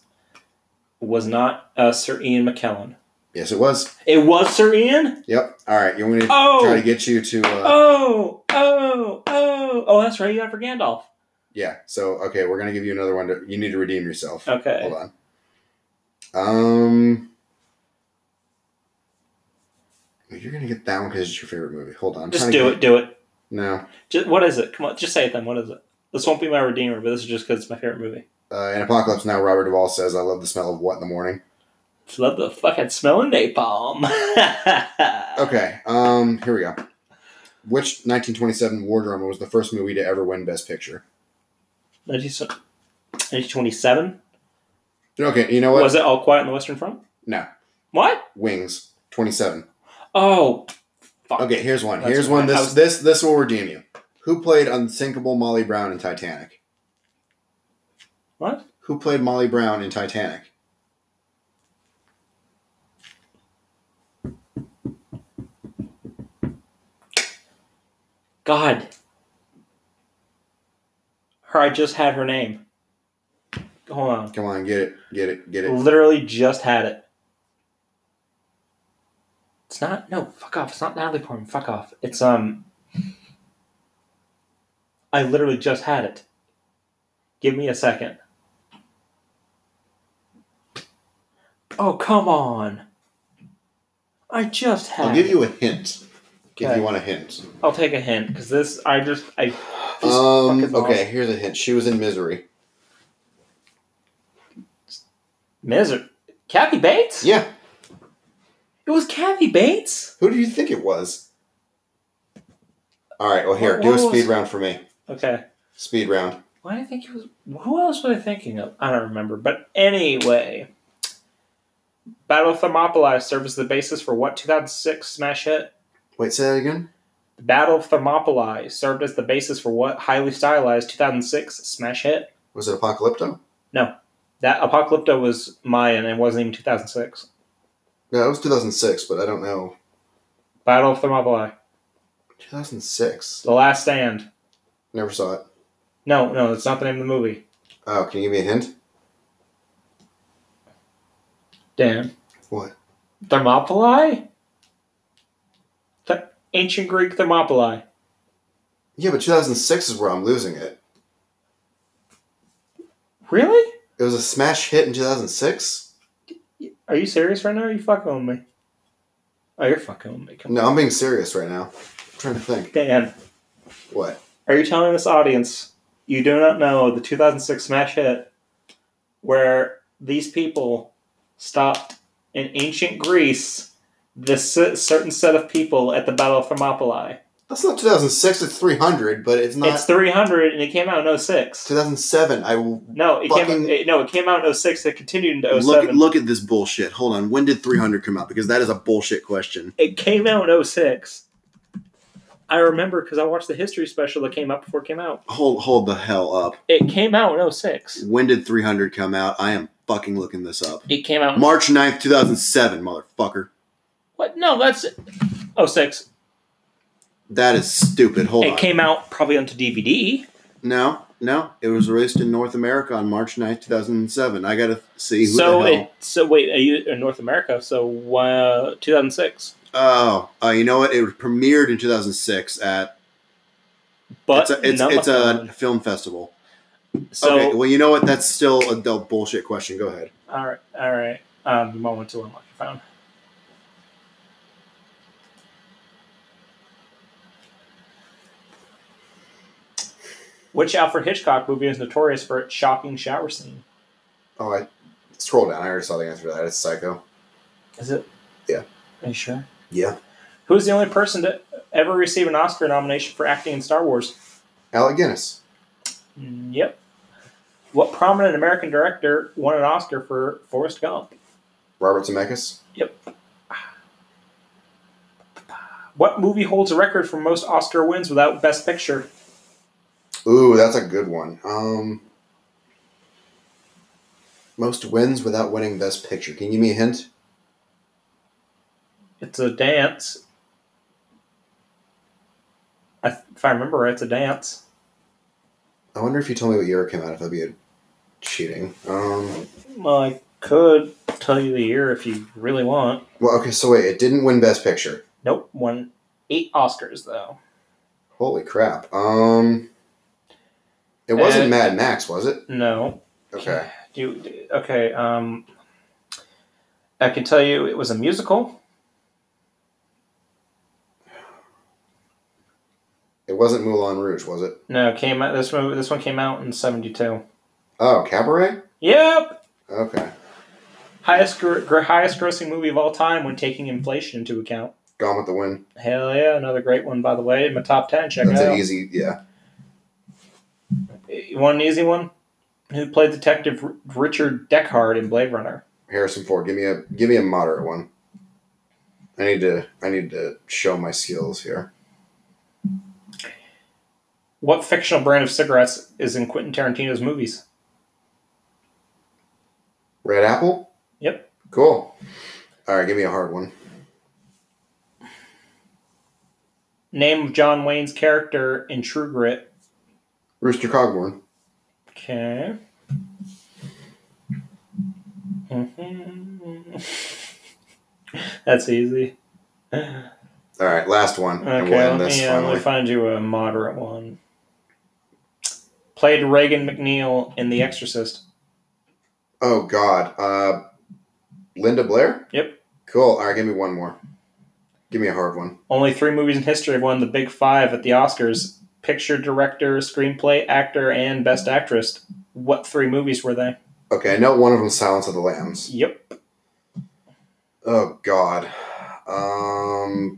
it was not uh, Sir Ian McKellen.
Yes, it was.
It was Sir Ian.
Yep. All right. You want me to
Oh,
try to get you to? Uh,
oh, oh, oh, oh. That's right. You got it for Gandalf.
Yeah. So okay, we're gonna give you another one. To, you need to redeem yourself.
Okay.
Hold on. Um, oh, you're gonna get that one because it's your favorite movie. Hold on. I'm
Just
trying to
do
get-
it. Do it.
No,
Just, what is it? Come on. Just say it then. What is it? This won't be my redeemer, but this is just because it's my favorite movie.
uh, in Apocalypse Now, Robert Duvall says, "I love the smell of what in the morning."
Just love the fucking smell of napalm. *laughs*
Okay. Um, here we go. Which 1927 war drama was the first movie to ever win Best Picture?
1927.
Okay, you know what?
Was it All Quiet on the Western Front?
No.
What?
Wings 27.
Oh, fuck.
Okay, here's one.
That's
here's
what
one.
I- I
This
was-
this this will redeem you. Who played unsinkable Molly Brown in Titanic?
What?
Who played Molly Brown in Titanic?
God. Her, I just had her name. Hold on.
Come on, get it, get it, get it.
Literally just had it. It's not. No, fuck off. It's not Natalie Portman. Fuck off. It's, um. I literally just had it. Give me a second. Oh, come on. I just had.
I'll give you a hint. If
Okay.
you want a hint.
I'll take a hint because this. I just. I. Just
Um,
fucking lost.
okay, here's a hint. She was in misery.
Miser. Kathy Bates.
Yeah.
It was Kathy Bates.
Who do you think it was? All right. Well, here,
What-
do a
what was-
speed round for me.
Okay.
Speed round.
Why do I think it was? Who else was I thinking of? I don't remember. But anyway, Battle of Thermopylae serves as the basis for what 2006 smash hit?
Wait, say that again.
The Battle of Thermopylae served as the basis for what highly stylized 2006 smash hit?
Was it Apocalypto?
That Apocalypto was Mayan and wasn't even 2006.
No, that was 2006, but I don't know.
Battle of Thermopylae,
2006.
The Last Stand.
Never saw it.
No, no, that's not the name of the movie.
Oh, can you give me a hint?
Damn.
What?
Thermopylae? The ancient Greek Thermopylae.
Yeah, but 2006 is where I'm losing it.
Really?
It was a smash hit in 2006.
Are you serious right now? Are you fucking with me? Oh, you're fucking with me. Come
No, I'm being serious right now. I'm trying to
on.
think.
Dan,
What?
are you telling this audience you do not know the 2006 smash hit where these people stopped in ancient Greece this se- certain set of people at the Battle of Thermopylae?
That's not 2006. It's 300, but it's not
it's 300 and it came out in 06.
2007. I will
No, it came
fucking-
it, no, it came out in 06. It continued into 07.
look. Look at this bullshit. Hold on. When did 300 come out? Because that is a bullshit question.
it came out in 06. I remember because I watched the history special that came out before it came out.
Hold hold the hell up.
It came out in 06.
When did 300 come out? I am fucking looking this up.
It came out.
March 9th, 2007, motherfucker.
What? No, that's oh six.
That is stupid. Hold
it
on.
came out probably onto DVD.
no, no. It was released in North America on March 9th, 2007. I gotta see who
so
the hell.
it. So wait, are you in North America? So uh, 2006.
oh, uh, you know what? It premiered in 2006 at.
But
it's a, it's,
none
it's
of
a
them-
film festival.
So
okay, well, you know what? That's still a dumb bullshit question. Go ahead.
all right, all right. Um, the moment to unlock your phone. Which Alfred Hitchcock movie is notorious for its shocking shower scene?
Oh, I scroll down. I already saw the answer to that. It's Psycho.
Is it?
Yeah.
Are you sure?
Yeah.
Who is the only person to ever receive an Oscar nomination for acting in Star Wars?
Alec Guinness.
Mm, Yep. What prominent American director won an Oscar for Forrest Gump?
Robert Zemeckis.
What movie holds a record for most Oscar wins without Best Picture?
Ooh, that's a good one. Um, most wins without winning Best Picture. Can you give me a hint?
It's a dance. I, th- if I remember right, it's a dance.
I wonder if you told me what year it came out. If that'd be a cheating. Um,
Well, I could tell you the year if you really want.
well, okay. So wait, it didn't win Best Picture.
Nope, won eight Oscars though.
Holy crap. Um, it wasn't
Uh,
Mad Max, was it?
No,
Okay.
Do you, do- okay. Um, I can tell you it was a musical.
It wasn't Moulin Rouge, was it?
No, it came out this one. This one came out in '72.
Oh, Cabaret.
Yep,
Okay.
highest gr- gr- highest grossing movie of all time when taking inflation into account.
Gone with the Wind.
Hell yeah, another great one by the way. In my top ten, check
That's
it
an
out.
easy. Yeah.
You want an easy Eh, one? Who played Detective R- Richard Deckard in Blade Runner?
Harrison Ford. Give me a give me a moderate one. I need to I need to show my skills here.
What fictional brand of cigarettes is in Quentin Tarantino's movies?
Red Apple?
Yep.
Cool. All right, give me a hard one.
Name of John Wayne's character in True Grit.
Rooster Cogburn.
Okay. *laughs* Mhm. That's easy.
All right, last one. and
Okay,
we'll end
let,
this
me, uh, let me
finally.
find you a moderate one. Played Reagan McNeil in The Exorcist.
Oh, God. Uh, Linda Blair?
Yep.
Cool. All right, give me one more. Give me a hard one.
Only three movies in history have won the Big Five at the Oscars: picture, director, screenplay, actor, and best actress. What three movies were they?
Okay, I know one of them Silence of the Lambs.
Yep.
Oh god. Um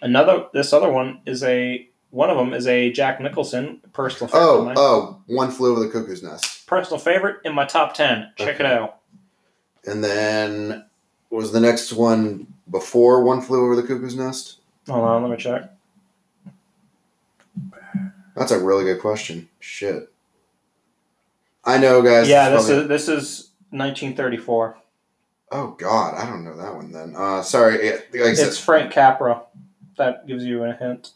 Another. This other one is a. One of them is a Jack Nicholson personal favorite. of
oh,
mine.
oh, one flew over the cuckoo's nest.
Personal favorite in my top ten. Check it
Okay.
out.
And then was the next one before one flew over the cuckoo's nest?
Hold on, let me check.
That's a really good question. Shit. I know guys.
yeah,
it's
this
probably-
is this is 1934.
Oh god, I don't know that one then. Uh sorry, it, like I said,
It's Frank Capra. That gives you a hint.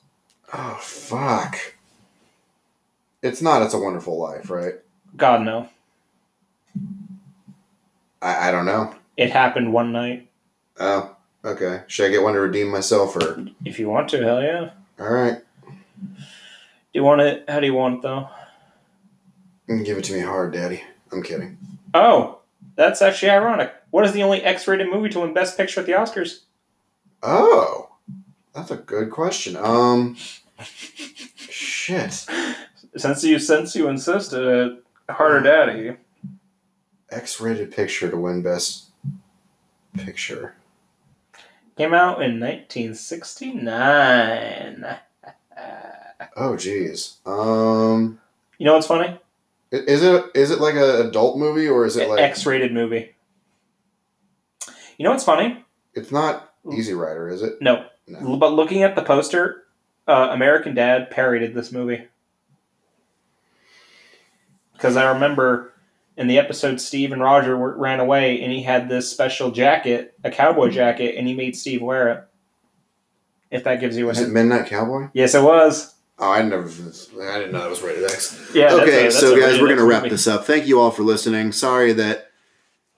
Oh fuck. It's not It's a Wonderful Life, right?
God no,
I, I don't know.
it happened one night.
Oh, okay. Should I get one to redeem myself or
If you want to, hell yeah.
alright.
Do you want it? How do you want it though?
Give it to me hard, Daddy. I'm kidding.
Oh, that's actually ironic. What is the only X-rated movie to win Best Picture at the Oscars?
Oh, that's a good question. Um, shit.
Since you since you insisted, harder daddy.
X-rated picture to win best picture.
Came out in 1969.
Oh, geez. Um,
You know what's funny?
i- is it is it like an adult movie or is it like
X-rated movie. You know what's funny?
it's not Easy Rider? Is it?
No.
Mm-hmm.
No.
But looking at the poster, uh, American Dad parodied this movie. Because I remember in the episode, Steve and Roger were, ran away, and he had this special jacket, a cowboy jacket, and he made Steve wear it. If that gives you a
Was it
hint.
Midnight Cowboy?
Yes, it was.
Oh, I never. I didn't know that was rated X.
Yeah. that's a-
okay,
that's
so
a
guys,
rated
we're going to
X
wrap
movie.
this up. Thank you all for listening. Sorry that,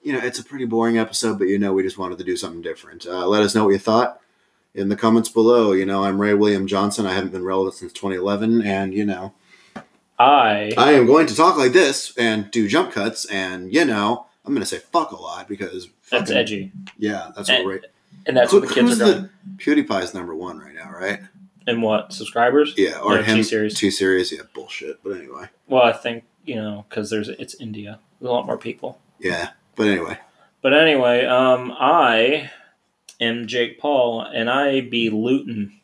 you know, it's a pretty boring episode, but you know, we just wanted to do something different. Uh, let us know what you thought in the comments below. You know, I'm Ray William Johnson. I haven't been relevant since 2011, and, you know,
I
I am going to talk like this and do jump cuts, and, you know, I'm going to say fuck a lot because.
That's
fucking-
edgy,
Yeah, that's
And
Eh.
what Ray.
and that's
Who-
what the kids
who's
are doing.
PewDiePie's number one right now, right?
And what subscribers?
Yeah, or
No,
him.
T-Series.
T-Series, yeah, bullshit. But anyway.
Well, I think you know because there's it's India, there's a lot more people.
Yeah, but anyway.
But anyway, um, I am Jake Paul, and I be Luton.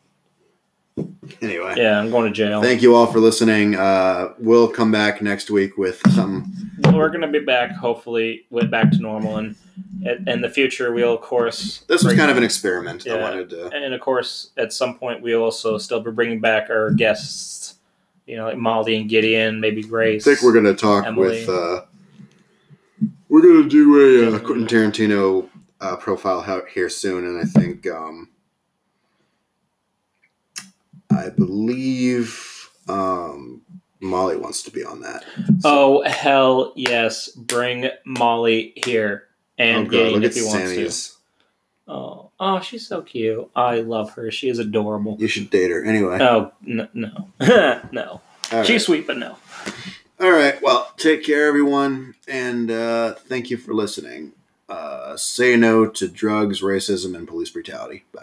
Anyway.
Yeah, I'm going to jail.
Thank you all for listening. Uh, we'll come back next week with some.
Well, we're gonna be back, hopefully, with back to normal, and and- in the future we'll of course.
This was
bring-
kind of an experiment. I
Yeah.
wanted to.
and of course, at some point we'll also still be bringing back our guests. You know, like Molly and Gideon, maybe
I
Grace.
think we're going to talk
Emily.
with. Uh, we're going to do a uh, Quentin Tarantino uh, profile out here soon, and I think. Um, I believe um, Molly wants to be on that.
Oh hell yes! Bring Molly here
Oh,
and Gideon if he wants
Sammy's.
to. Oh, oh, she's so cute. I love her. She is adorable.
You should date her. Anyway.
Oh n- no, *laughs* no.
All right.
She's sweet, but no.
All right. Well, take care, everyone, and uh, thank you for listening. Uh, say no to drugs, racism, and police brutality. Bye.